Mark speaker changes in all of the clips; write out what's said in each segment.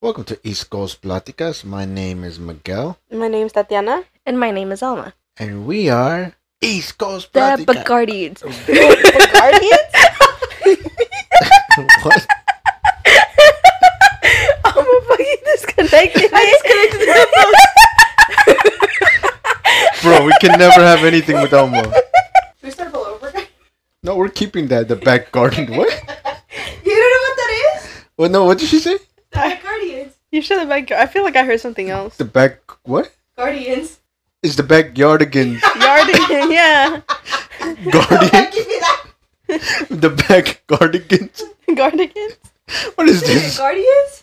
Speaker 1: Welcome to East Coast Platicas. My name is Miguel,
Speaker 2: My name's Tatiana.
Speaker 3: And my name is Alma.
Speaker 1: and we are East Coast
Speaker 3: The
Speaker 1: Platicas.
Speaker 3: Bacardians.
Speaker 1: what?
Speaker 3: Alma fucking disconnected. I disconnected the headphones.
Speaker 1: Bro, we can never have anything with Elmo.
Speaker 2: Should we start all over? you
Speaker 1: No, we're keeping that, the back garden. What?
Speaker 2: don't know what that is?
Speaker 1: Well, no, what did she say?
Speaker 2: The Guardians.
Speaker 3: You should have been. I feel like I heard something else.
Speaker 1: The back, what?
Speaker 2: Guardians.
Speaker 1: It's the backyard again.
Speaker 3: Yardigan, yeah.
Speaker 1: Guardian?
Speaker 2: give me that.
Speaker 1: the back gardigans?
Speaker 3: Gardigans?
Speaker 1: What is this?
Speaker 2: Guardians?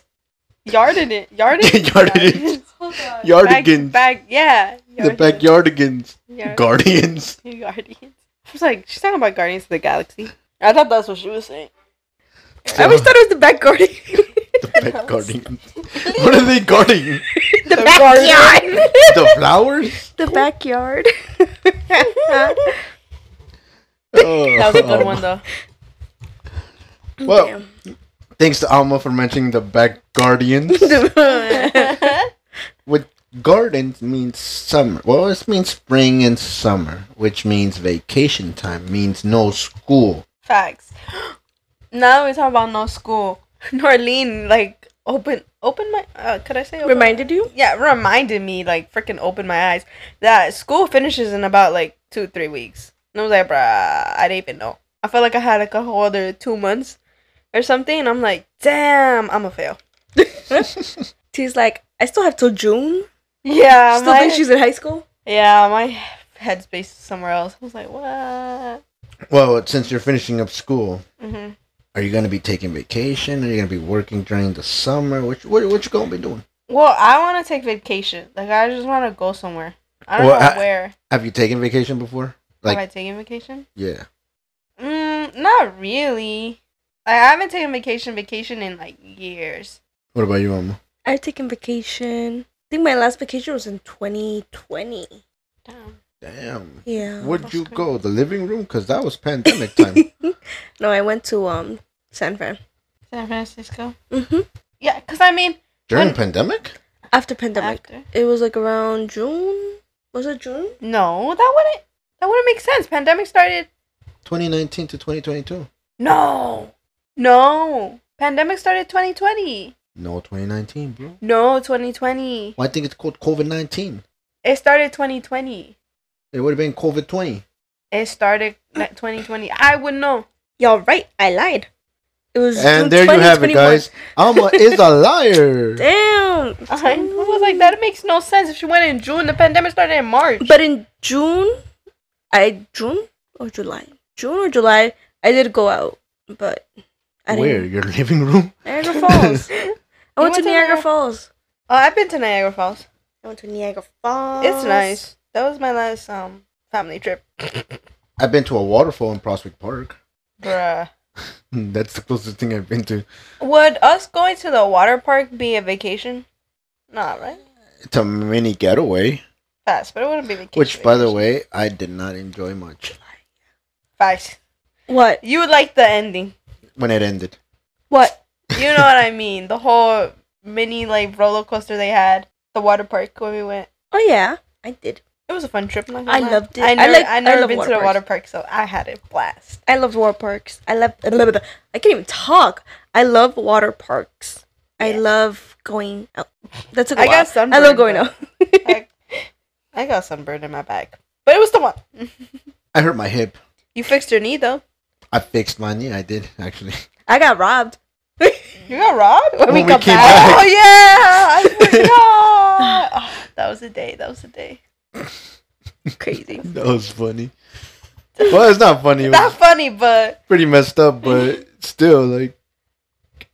Speaker 3: Yardin it. Yardin
Speaker 1: Yardigans.
Speaker 2: Hold on.
Speaker 1: Yardigans.
Speaker 3: Back, yeah.
Speaker 1: the backyardigans.
Speaker 3: Yard-
Speaker 1: Guardians.
Speaker 3: Guardians. I was like, she's talking about Guardians of the Galaxy. I thought that's what she was saying. I
Speaker 1: So-
Speaker 3: always thought it was the back garden.
Speaker 1: The back gardigans. What are they guarding?
Speaker 3: the backyard.
Speaker 1: The flowers?
Speaker 3: the backyard.
Speaker 1: Oh,
Speaker 3: that was a good one, though.
Speaker 1: Well, thanks to Alma for mentioning the back guardians. With gardens means summer. Well, it means spring and summer, which means vacation time, means no school.
Speaker 3: Facts. Now we talk about no school. Norlene, like, open, open my, uh, could I say open?
Speaker 2: Reminded you?
Speaker 3: Yeah, reminded me, like, freaking opened my eyes that school finishes in about, like, two, three weeks. And I was like, bruh, I didn't even know. I felt like I had, like, a whole other two months or something. And I'm like, damn, I'm a fail.
Speaker 2: She's like, I still have till June.
Speaker 3: Yeah,
Speaker 2: still
Speaker 3: my,
Speaker 2: think she's in high school?
Speaker 3: yeah, my headspace is somewhere else. I was like, what?
Speaker 1: Well, since you're finishing up school,
Speaker 3: hmm
Speaker 1: are you going to be taking vacation? Are you going to be working during the summer? What, what, what you going to be doing?
Speaker 3: Well, I want to take vacation. Like, I just want to go somewhere. I don't
Speaker 1: Well,
Speaker 3: know
Speaker 1: I-
Speaker 3: where.
Speaker 1: Have you taken vacation before? like-
Speaker 3: Have Oh, I taken vacation?
Speaker 1: Yeah.
Speaker 3: Mm, not really. Like, I haven't taken vacation vacation in like years.
Speaker 1: What about you, Alma?
Speaker 2: I've taken vacation. I think my last vacation was in 2020.
Speaker 3: Damn.
Speaker 1: Damn.
Speaker 2: Yeah.
Speaker 1: Where'd
Speaker 3: that's
Speaker 1: you
Speaker 3: crazy.
Speaker 1: go? The living room? Because that was pandemic time.
Speaker 2: no, I went to um San Fran.
Speaker 3: San Francisco.
Speaker 2: Mm-hmm.
Speaker 3: Yeah, cause I mean
Speaker 1: During
Speaker 3: When-
Speaker 1: pandemic?
Speaker 2: After pandemic.
Speaker 3: after.
Speaker 2: It was like around June. Was it June?
Speaker 3: No, that wouldn't that wouldn't make sense. Pandemic started.
Speaker 1: 2019 to 2022.
Speaker 3: No, no. Pandemic started 2020.
Speaker 1: No, 2019, bro.
Speaker 3: No, 2020.
Speaker 1: Well, I think it's called COVID 19.
Speaker 3: It started 2020.
Speaker 1: It would have been COVID 20.
Speaker 3: It started like 2020. I would know.
Speaker 2: Y'all right, I lied. It was June
Speaker 1: And there you have it,
Speaker 2: 2021.
Speaker 1: guys. Alma is a liar.
Speaker 2: Damn.
Speaker 3: I was like, that makes no sense. If she went in June, the pandemic started in March.
Speaker 2: But in June, I June or July, June or July, I did go out, but I
Speaker 1: Where?
Speaker 2: didn't.
Speaker 1: Your living room?
Speaker 2: Niagara Falls. I
Speaker 3: You
Speaker 2: went to
Speaker 3: went to
Speaker 2: Niagara
Speaker 3: Niagara-
Speaker 2: Falls.
Speaker 3: Oh, I've been to Niagara Falls.
Speaker 2: I went to Niagara Falls.
Speaker 3: It's nice. Oh, That was my last um family trip.
Speaker 1: I've been to a waterfall in Prospect Park.
Speaker 3: Bruh.
Speaker 1: That's the closest thing I've been to.
Speaker 3: Would us going to the water park be a vacation? Not right.
Speaker 1: It's a mini getaway,
Speaker 3: Fast, but it wouldn't be vacation.
Speaker 1: which, by the way, I did not enjoy much
Speaker 3: fast.
Speaker 2: What?
Speaker 3: You would like the ending.
Speaker 1: when it ended.
Speaker 2: What?
Speaker 3: You know what I mean? The whole mini like roller coaster they had, the water park when we went.
Speaker 2: Oh yeah, I did.
Speaker 3: It was a fun trip. not gonna
Speaker 2: I
Speaker 3: lie.
Speaker 2: loved it.
Speaker 3: I
Speaker 2: I
Speaker 3: never, I
Speaker 2: like- I
Speaker 3: never
Speaker 2: love
Speaker 3: been
Speaker 2: water
Speaker 3: to the
Speaker 2: parks.
Speaker 3: water park, so I had a blast.
Speaker 2: I loved water parks. I love. I can't even talk. I love water parks. I
Speaker 3: Yeah.
Speaker 2: love going out. That's a
Speaker 3: I
Speaker 2: while.
Speaker 3: got sunburned.
Speaker 2: I love going
Speaker 3: but
Speaker 2: out.
Speaker 3: I, I got sunburned in my back, but it was the one.
Speaker 1: I hurt my hip.
Speaker 3: You fixed your knee though.
Speaker 1: I fixed my knee. I did, actually.
Speaker 2: I got robbed.
Speaker 3: You got robbed
Speaker 1: When we came back.
Speaker 3: Oh yeah! I forgot. Oh, that was the day. That was the day.
Speaker 2: Crazy.
Speaker 1: That was funny. Well, it's not funny. It was
Speaker 3: Not funny, but
Speaker 1: pretty messed up, but still, like,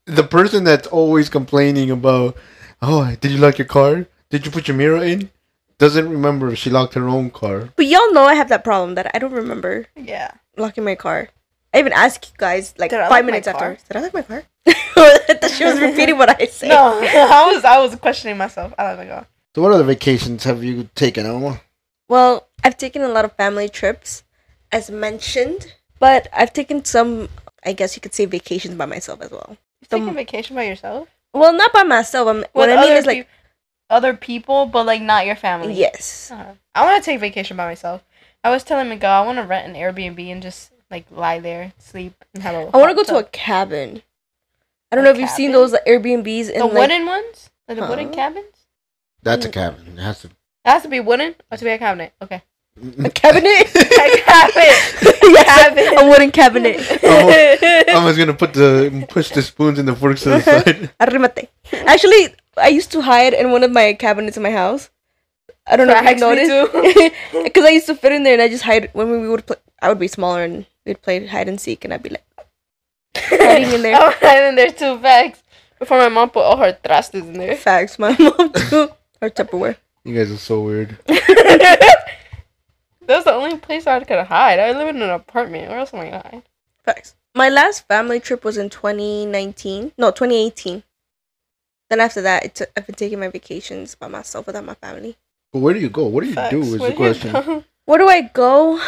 Speaker 1: the person that's always complaining about, oh, did you lock your car? Did you put your mirror in? Doesn't remember if she locked her own car.
Speaker 2: But y'all know I have that problem that I don't remember
Speaker 3: yeah.
Speaker 2: locking my car. I even asked you guys like
Speaker 3: Did I lock
Speaker 2: five
Speaker 3: my
Speaker 2: minutes
Speaker 3: car?
Speaker 2: after. Did I like my car? she was repeating what I said.
Speaker 3: No, I was I was questioning myself. I oh, don't know.
Speaker 1: So, what other vacations have you taken, Alma?
Speaker 2: Well, I've taken a lot of family trips, as mentioned, but I've taken some. I guess you could say vacations by myself as well.
Speaker 3: You taking
Speaker 2: The-
Speaker 3: vacation by yourself?
Speaker 2: Well, not by myself. I'm, what
Speaker 3: With
Speaker 2: I mean
Speaker 3: other
Speaker 2: is like
Speaker 3: peop- other people, but like not your family.
Speaker 2: yes.
Speaker 3: Uh, I want to take vacation by myself. I was telling Miguel I want to rent an Airbnb and just like lie there, sleep, and have a.
Speaker 2: I want to go to a cabin. I don't
Speaker 3: Oh, A
Speaker 2: know if you've seen
Speaker 3: cabin?
Speaker 2: those like, Airbnbs in
Speaker 3: the
Speaker 2: like,
Speaker 3: wooden ones, like the wooden
Speaker 2: Huh?
Speaker 3: cabins.
Speaker 1: That's a cabin. It has to.
Speaker 3: It has to be wooden or to be a cabinet. Okay,
Speaker 2: a cabinet.
Speaker 3: a cabinet. Oh.
Speaker 2: yeah, a wooden cabinet.
Speaker 1: I was gonna put the push the spoons and the forks to the side.
Speaker 2: Arrimate. Actually, I used to hide in one of my cabinets in my house. I don't know if
Speaker 3: Facts, me
Speaker 2: you noticed, because I used to fit in there and I just hide when we would play. I would be smaller and we'd play hide and seek, and I'd be like hiding in there.
Speaker 3: I want to hide in there two bags before my mom put all her trastes in there.
Speaker 2: Facts, my mom too. Or Tupperware.
Speaker 1: You guys are so weird.
Speaker 3: That's the only place I could hide. I live in an apartment. Where else am I gonna hide?
Speaker 2: Facts. My last family trip was in 2019. No, 2018. Then after that, it took, I've been taking my vacations by myself without my family.
Speaker 1: But where do you go? What do you
Speaker 3: Facts.
Speaker 1: do? Is
Speaker 3: Where
Speaker 1: the
Speaker 3: do you
Speaker 1: question.
Speaker 3: go?
Speaker 2: Where do I go?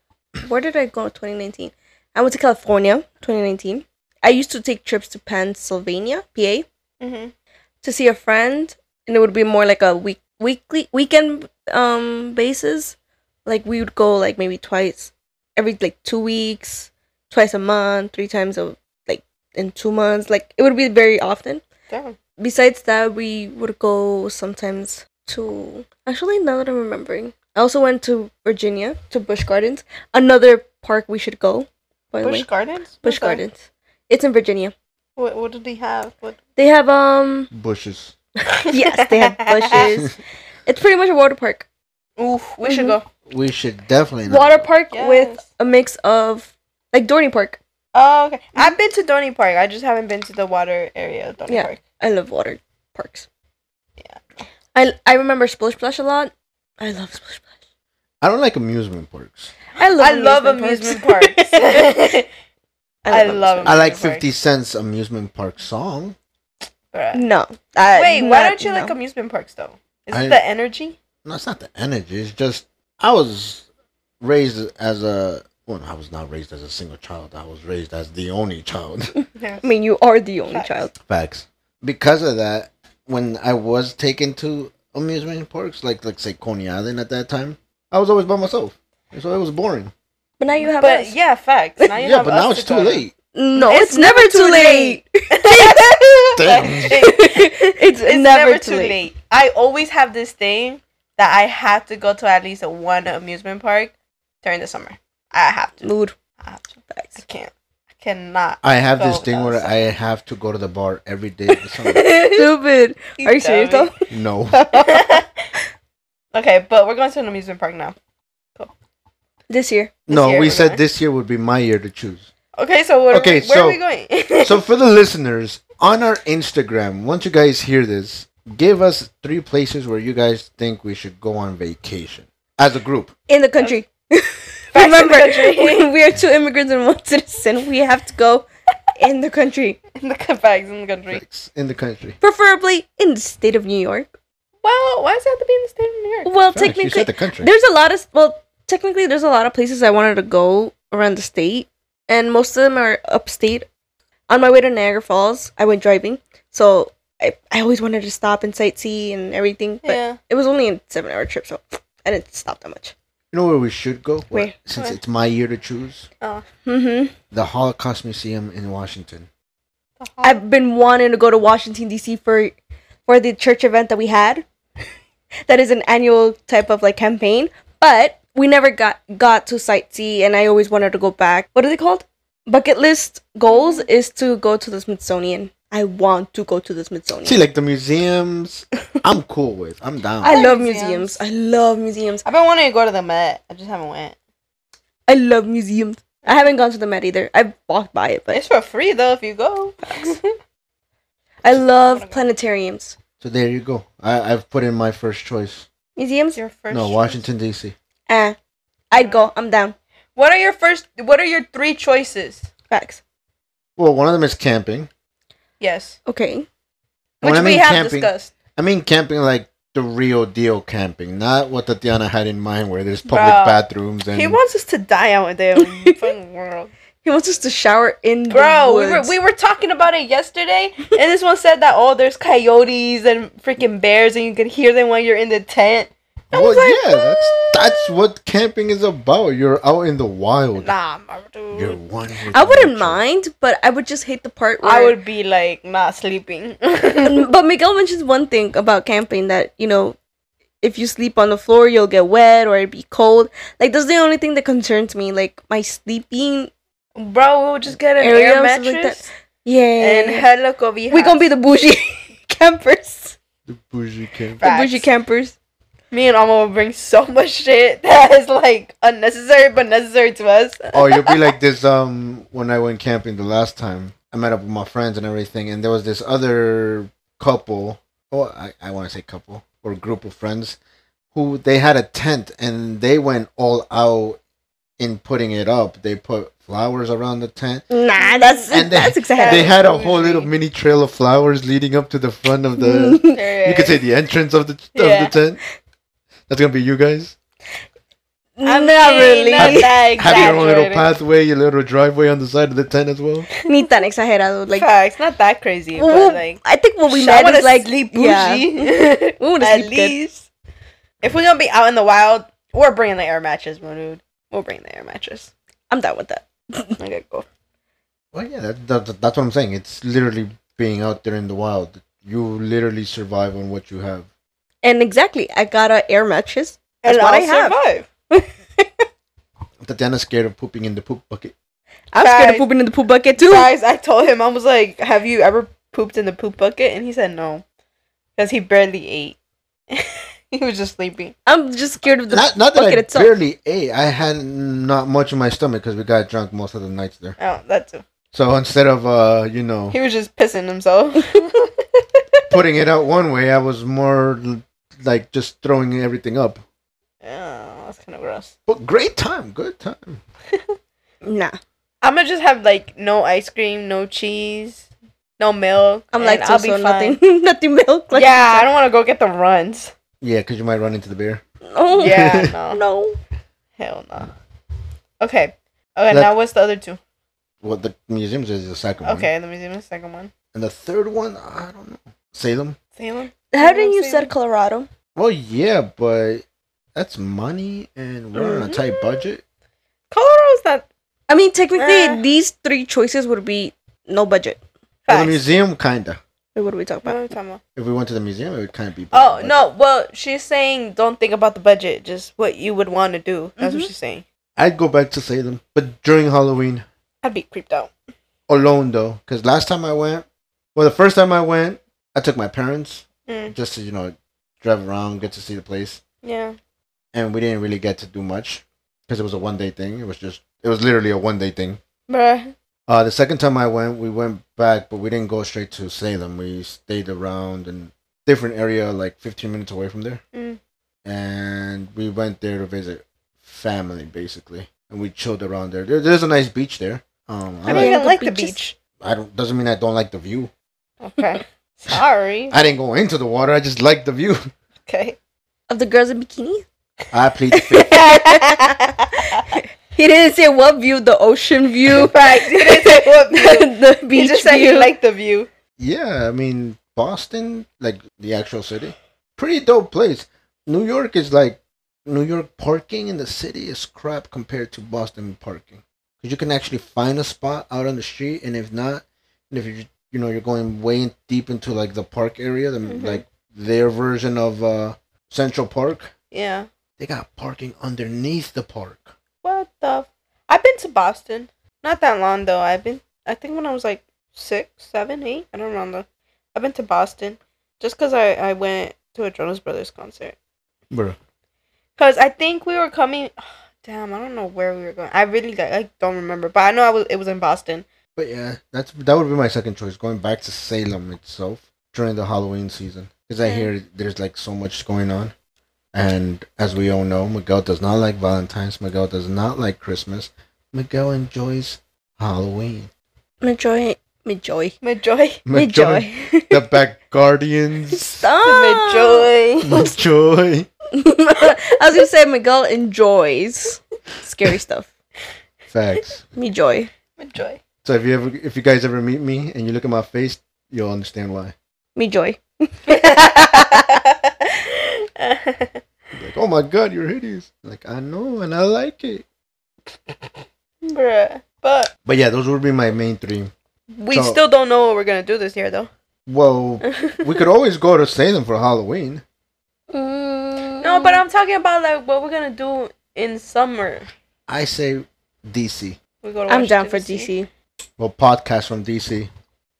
Speaker 2: Where did I go in 2019? I went to California 2019. I used to take trips to Pennsylvania, PA,
Speaker 3: Mhm.
Speaker 2: to see a friend, and it would be more like a week, weekly, weekend um basis. Like we would go like maybe twice every like two weeks, twice a month, three times a like in two months. Like it would be very often.
Speaker 3: Damn.
Speaker 2: Besides that, we would go sometimes to. Actually, now that I'm remembering, I also went to Virginia to Busch Gardens, another park we should go. By the
Speaker 3: Bush
Speaker 2: way,
Speaker 3: Gardens. What's
Speaker 2: Busch
Speaker 3: that?
Speaker 2: Gardens. It's in Virginia.
Speaker 3: What What did they have? What?
Speaker 2: They have um.
Speaker 1: Bushes.
Speaker 2: Yes, they have bushes. it's pretty much a water park.
Speaker 3: Oof. We should
Speaker 2: Mhm.
Speaker 3: go.
Speaker 1: We should definitely not.
Speaker 2: Water park with
Speaker 3: Yes.
Speaker 2: a mix of like Dorney Park.
Speaker 3: Oh, okay.
Speaker 2: Mm-hmm.
Speaker 3: I've been to Donny Park. I just haven't been to the water area of Donny
Speaker 2: Yeah.
Speaker 3: Park.
Speaker 2: I love water parks.
Speaker 3: Yeah.
Speaker 2: I I remember Splish Splash a lot. I love Splish Splash.
Speaker 1: I don't like amusement parks.
Speaker 2: I love
Speaker 3: I love amusement parks. I love
Speaker 1: I like
Speaker 3: Amusement park.
Speaker 1: Fifty Cent's amusement park song.
Speaker 3: Bruh.
Speaker 2: No. I-
Speaker 3: Wait, why
Speaker 2: not-
Speaker 3: don't you like
Speaker 2: no.
Speaker 3: amusement parks though? Is
Speaker 1: I-
Speaker 3: it the energy?
Speaker 1: No, it's not the energy. It's just I was raised as a. Well, I was not raised as a single child. I was raised as the only child.
Speaker 3: Yes.
Speaker 2: I mean, you are the only
Speaker 3: Facts.
Speaker 2: child.
Speaker 1: Facts. Because of that, when I was taken to amusement parks, like like say Coney Island at that time, I was always by myself. And So it was boring.
Speaker 2: But now you have
Speaker 3: but
Speaker 2: us.
Speaker 3: yeah, facts. Now you
Speaker 1: yeah,
Speaker 3: have
Speaker 1: but
Speaker 3: us
Speaker 1: now
Speaker 3: to
Speaker 1: it's too
Speaker 3: go to.
Speaker 1: late.
Speaker 2: No,
Speaker 3: It's
Speaker 2: it's, never,
Speaker 3: never too
Speaker 2: too late.
Speaker 1: Damn.
Speaker 2: it's,
Speaker 3: it's never, too late. I always have this thing that I have to go to at least one amusement park during the summer. I have to.
Speaker 2: Mood.
Speaker 3: I have to. I
Speaker 2: Facts.
Speaker 3: can't. I cannot.
Speaker 1: I have this
Speaker 3: Go
Speaker 1: thing where
Speaker 3: outside.
Speaker 1: I have to go to the bar every day. of the summer.
Speaker 2: Stupid. Are you serious though?
Speaker 1: no.
Speaker 3: okay, but we're going to an amusement park now.
Speaker 2: This year.
Speaker 1: No,
Speaker 3: year
Speaker 1: we
Speaker 3: we're
Speaker 1: said
Speaker 3: gonna-
Speaker 1: this year would be my year to choose.
Speaker 3: Okay, so what
Speaker 1: Okay,
Speaker 3: okay, where
Speaker 1: so-
Speaker 3: are we going?
Speaker 1: So for the listeners, on our Instagram, once you guys hear this, give us three places where you guys think we should go on vacation as a group.
Speaker 2: In the country.
Speaker 3: Back in the
Speaker 2: Remember,
Speaker 3: country.
Speaker 2: we, we are two immigrants and one citizen. We have to go in the country.
Speaker 3: in the bags in the country.
Speaker 1: Facts. In the country.
Speaker 2: Preferably in the state of New York.
Speaker 3: Well, why does it have to be in the state of New York?
Speaker 2: Well,
Speaker 1: Facts, You
Speaker 2: technically,
Speaker 1: said the country.
Speaker 2: There's a lot of well, technically, there's a lot of places I wanted to go around the state, and most of them are upstate. On my way to Niagara Falls, I went driving, so I, I always wanted to stop and sightsee and everything, but
Speaker 3: yeah.
Speaker 2: it was only a seven hour trip, so I didn't stop that much.
Speaker 1: You know where we should go?
Speaker 2: Where?
Speaker 1: What? Since
Speaker 3: Where?
Speaker 1: it's my year to choose,
Speaker 3: Oh.
Speaker 2: Mm-hmm.
Speaker 1: the Holocaust Museum in Washington.
Speaker 2: I've been wanting to go to Washington D.C. for for the church event that we had. that is an annual type of like campaign, but we never got got to sightsee, and I always wanted to go back. What are they called? Bucket list goals is to go to the Smithsonian. I want to go to the Smithsonian.
Speaker 1: See, like the museums, I'm cool with. I'm down.
Speaker 2: I love
Speaker 3: museums.
Speaker 2: museums. I love museums.
Speaker 3: I've been wanting to go to the Met. I just haven't went.
Speaker 2: I love museums. I haven't gone to the Met either. I've walked by it, but
Speaker 3: It's for free though if you go.
Speaker 2: I love planetariums.
Speaker 1: so there you go. I, I've put in my first choice.
Speaker 2: Museums?
Speaker 3: your first.
Speaker 1: no,
Speaker 3: choice.
Speaker 1: Washington D.C.
Speaker 2: Eh. I'd go. I'm down.
Speaker 3: What are your first? What are your three choices?
Speaker 2: Facts.
Speaker 1: Well, one of them is camping.
Speaker 3: Yes,
Speaker 2: Okay.
Speaker 1: When
Speaker 3: which
Speaker 1: I
Speaker 3: we
Speaker 1: mean
Speaker 3: have
Speaker 1: camping-
Speaker 3: discussed.
Speaker 1: I mean camping like the real deal camping, not what Tatiana had in mind, where there's public
Speaker 3: Bro.
Speaker 1: bathrooms and
Speaker 3: He wants us to die out there in the fucking world.
Speaker 2: He He wants us to shower in
Speaker 3: Bro,
Speaker 2: the
Speaker 3: we were
Speaker 2: woods.
Speaker 3: we were talking about it yesterday, and this one said that oh, there's coyotes and freaking bears, and you can hear them when you're in the tent. I
Speaker 1: Well,
Speaker 3: was like,
Speaker 1: yeah, that's that's what camping is about. You're out in the wild.
Speaker 3: Nah, my dude.
Speaker 1: You're one. with
Speaker 2: I wouldn't
Speaker 1: nature.
Speaker 2: mind, but I would just hate the part where
Speaker 3: I would be like not sleeping.
Speaker 2: And- but Miguel mentions one thing about camping that you know, if you sleep on the floor, you'll get wet or it'd be cold. Like that's the only thing that concerns me. Like my sleeping.
Speaker 3: Bro, we'll just get an
Speaker 2: Area
Speaker 3: air
Speaker 2: or something like
Speaker 3: mattress and
Speaker 2: Yeah,
Speaker 3: hella cobijas.
Speaker 2: we gonna be the bougie campers.
Speaker 1: The bougie camp.
Speaker 2: The bougie
Speaker 3: Facts.
Speaker 2: campers.
Speaker 3: Me and Alma will bring so much shit that is like unnecessary but necessary to us.
Speaker 1: oh, you'll be like this. Um, when I went camping the last time, I met up with my friends and everything, and there was this other couple. Oh, I, I want to say couple or group of friends, who they had a tent and they went all out in putting it up. They put flowers around the tent.
Speaker 2: Nah, that's
Speaker 1: And they-
Speaker 2: that's
Speaker 1: They
Speaker 2: exciting.
Speaker 1: had a whole little mini trail of flowers leading up to the front of the. You could say the entrance of the of
Speaker 3: Yeah.
Speaker 1: the tent. That's gonna be you guys.
Speaker 3: I'm
Speaker 2: not really.
Speaker 3: Not that
Speaker 1: Have your own little
Speaker 3: exaggerated.
Speaker 1: pathway, your little driveway on the side of the tent as well.
Speaker 2: Ni tan exagerado. Like,
Speaker 3: Facts, not that crazy,
Speaker 2: well,
Speaker 3: but like
Speaker 2: I think what we
Speaker 3: I
Speaker 2: meant
Speaker 3: wanna
Speaker 2: is like
Speaker 3: sleep bougie.
Speaker 2: yeah. We wanna
Speaker 3: At
Speaker 2: sleep good.
Speaker 3: least. If we're gonna be out in the wild, we're bringing the air mattress, my dude. We'll bring the air mattress.
Speaker 2: I'm done with that.
Speaker 3: Okay, cool.
Speaker 1: Well, yeah, that, that, that's what I'm saying. It's literally being out there in the wild. You literally survive on what you have.
Speaker 2: And exactly, I got a air mattress. That's
Speaker 3: and
Speaker 2: what
Speaker 3: I'll
Speaker 2: I have.
Speaker 3: survive.
Speaker 1: Tatiana's scared of pooping in the poop bucket.
Speaker 2: I'm scared of
Speaker 3: Guys.
Speaker 2: pooping in the poop bucket too.
Speaker 3: Guys, I told him I was like, "Have you ever pooped in the poop bucket?" And he said no, because he barely ate. he was just sleeping.
Speaker 2: I'm just scared of the
Speaker 1: Not, not that I
Speaker 2: bucket itself.
Speaker 1: barely ate. I had not much in my stomach because we got drunk most of the nights there.
Speaker 3: Oh, that's
Speaker 1: So instead of, uh, you know,
Speaker 3: he was just pissing himself.
Speaker 1: putting it out one way, I was more l- like just throwing everything up.
Speaker 3: Oh, that's kind of gross.
Speaker 1: But great time, good time.
Speaker 2: Nah,
Speaker 3: I'm gonna just have like no ice cream, no cheese, no milk.
Speaker 2: I'm
Speaker 3: and
Speaker 2: like so,
Speaker 3: I'll be
Speaker 2: so
Speaker 3: fine.
Speaker 2: nothing, nothing milk. Like,
Speaker 3: yeah, I don't want to go get the runs.
Speaker 1: Yeah, because you might run into the bear.
Speaker 2: no,
Speaker 3: Yeah, no,
Speaker 2: no.
Speaker 3: hell no. Okay, okay.
Speaker 1: Let- Mm-hmm.
Speaker 3: now what's the other two?
Speaker 1: What the museums is the second one.
Speaker 3: Okay, let me see my second one.
Speaker 1: And the third one, I don't know. Salem?
Speaker 3: Salem.
Speaker 2: How didn't you
Speaker 3: Same.
Speaker 2: said Colorado?
Speaker 1: Well, yeah, but that's money, and we're
Speaker 3: Mm-hmm.
Speaker 1: on a tight budget.
Speaker 3: Colorado's not.
Speaker 2: I mean, technically,
Speaker 3: Uh.
Speaker 2: these three choices would be no budget.
Speaker 1: For the
Speaker 3: Facts.
Speaker 1: museum, kinda.
Speaker 2: Wait, what are we talking
Speaker 3: What
Speaker 2: about?
Speaker 3: am I talking about?
Speaker 1: If we went to the museum, it would kind of be.
Speaker 3: Oh
Speaker 1: better, but
Speaker 3: no! Well, she's saying don't think about the budget, just what you would want to do. That's
Speaker 2: Mm-hmm.
Speaker 3: what she's saying.
Speaker 1: I'd go back to Salem, but during Halloween
Speaker 3: I'd be creeped out.
Speaker 1: alone though, because last time I went, well, the first time I went, I took my parents
Speaker 3: Mm,
Speaker 1: just to you know drive around, get to see the place,
Speaker 3: yeah.
Speaker 1: and we didn't really get to do much because it was a one day thing. It was just, it was literally a one day thing.
Speaker 3: Bruh.
Speaker 1: Uh, the second time I went, we went back, but we didn't go straight to Salem. We stayed around in different area, like 15 minutes away from there.
Speaker 3: Mm.
Speaker 1: And we went there to visit family, basically. And we chilled around there. there there's a nice beach there. Um, I,
Speaker 3: I don't
Speaker 2: mean,
Speaker 1: like,
Speaker 3: even
Speaker 2: the
Speaker 3: like the
Speaker 2: beaches-
Speaker 3: beach.
Speaker 1: I don't. Doesn't mean I don't like the view.
Speaker 3: Okay. Sorry.
Speaker 1: I didn't go into the water. I just liked the view.
Speaker 3: Okay. Eh.
Speaker 2: Of the girls in bikini?
Speaker 1: I plead the fifth.
Speaker 2: He didn't say what view, the ocean view,
Speaker 3: right. You didn't say what view.
Speaker 2: the
Speaker 3: You
Speaker 2: beach
Speaker 3: just said
Speaker 2: view.
Speaker 3: you like the view.
Speaker 1: Yeah, I mean Boston, like the actual city, pretty dope place. New York is like New York parking in the city is crap compared to Boston parking. Cause you can actually find a spot out on the street, and if not, and if you you know you're going way in- deep into like the park area, the,
Speaker 3: Mhm.
Speaker 1: like their version of uh, Central Park,
Speaker 3: Yeah.
Speaker 1: they got parking underneath the park.
Speaker 3: What the? F- I've been to Boston. Not that long though. I've been. I think when I was like six, seven, eight. I don't remember. I've been to Boston just because I I went to a Jonas Brothers concert.
Speaker 1: Bro,
Speaker 3: Cause I think we were coming. Damn, I don't know where we were going. I really like, I don't remember, but I know I was. It was in Boston.
Speaker 1: but yeah, that's that would be my second choice. Going back to Salem itself during the Halloween season, because I
Speaker 3: Mm.
Speaker 1: hear there's like so much going on, and as we all know, Miguel does not like Valentine's. Miguel does not like Christmas. Miguel enjoys Halloween.
Speaker 2: Enjoy, enjoy,
Speaker 3: Majoy.
Speaker 2: enjoy.
Speaker 1: the back guardians.
Speaker 2: Stop.
Speaker 3: Majoy.
Speaker 1: Enjoy.
Speaker 2: I was gonna say Miguel enjoys scary stuff.
Speaker 1: Facts.
Speaker 2: Me joy.
Speaker 3: With joy.
Speaker 1: So if you ever, if you guys ever meet me and you look at my face, you'll understand why.
Speaker 2: Me joy. You'll be like,
Speaker 3: Bruh.
Speaker 1: oh my god, you're hideous. Like I know, and I like it.
Speaker 3: But
Speaker 1: But yeah, those would be my main three.
Speaker 3: we
Speaker 1: So-
Speaker 3: still don't know what we're gonna do this year though.
Speaker 1: Well, we could always go to Salem for Halloween.
Speaker 2: Mm.
Speaker 3: No, but I'm talking about like what we're gonna do in summer.
Speaker 1: I say DC.
Speaker 3: We go to
Speaker 2: I'm down
Speaker 3: Washington,
Speaker 2: for DC.
Speaker 1: Well, podcast from DC.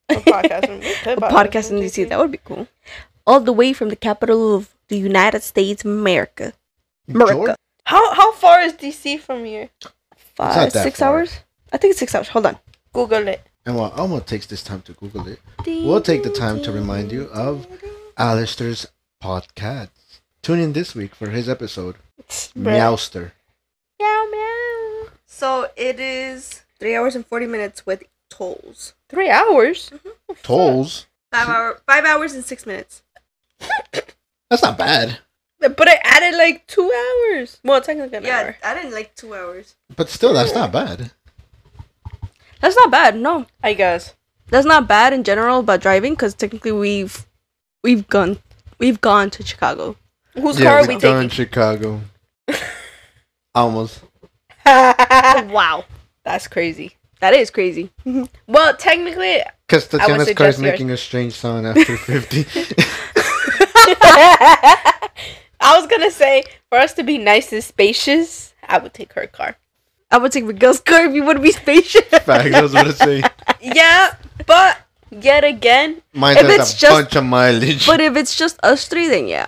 Speaker 3: A podcast, in- we could
Speaker 2: A podcast in DC. That would be cool. All the way from the capital of the United States, America. America.
Speaker 3: How how far is DC from here?
Speaker 2: Five,
Speaker 1: that
Speaker 2: six
Speaker 1: far.
Speaker 2: hours? I think it's six hours. Hold on.
Speaker 3: Google it.
Speaker 1: And while Elmo takes this time to Google it, we'll take the time to remind you of Alistair's podcast. Tune in this week for his episode, Meowster.
Speaker 3: Meow meow.
Speaker 2: So it is three hours and forty minutes with tolls.
Speaker 3: Three hours.
Speaker 1: Tolls.
Speaker 2: Five hour, five hours and six minutes.
Speaker 1: That's not bad,
Speaker 3: But I added like two hours. Well, technically an hour.
Speaker 2: I didn't like two hours.
Speaker 1: but still, that's not bad.
Speaker 2: That's not bad. No,
Speaker 3: I guess.
Speaker 2: that's not bad in general about driving because technically we've we've gone we've gone to Chicago.
Speaker 3: Whose car are we
Speaker 1: done
Speaker 3: taking?
Speaker 1: Chicago. Almost.
Speaker 2: wow,
Speaker 3: That's crazy.
Speaker 2: that is crazy.
Speaker 3: Well, technically,
Speaker 1: Because Tatiana's car
Speaker 3: suggest
Speaker 1: is making a strange sound after 50.
Speaker 3: I was gonna say for us to be nice and spacious, I would take her car.
Speaker 2: I would take Miguel's car if you want to be spacious.
Speaker 1: Fact, I was going to say.
Speaker 3: yeah, but yet again,
Speaker 1: Mine
Speaker 2: If
Speaker 1: has a
Speaker 2: it's just-
Speaker 1: bunch of mileage.
Speaker 2: But if it's just us three, then yeah.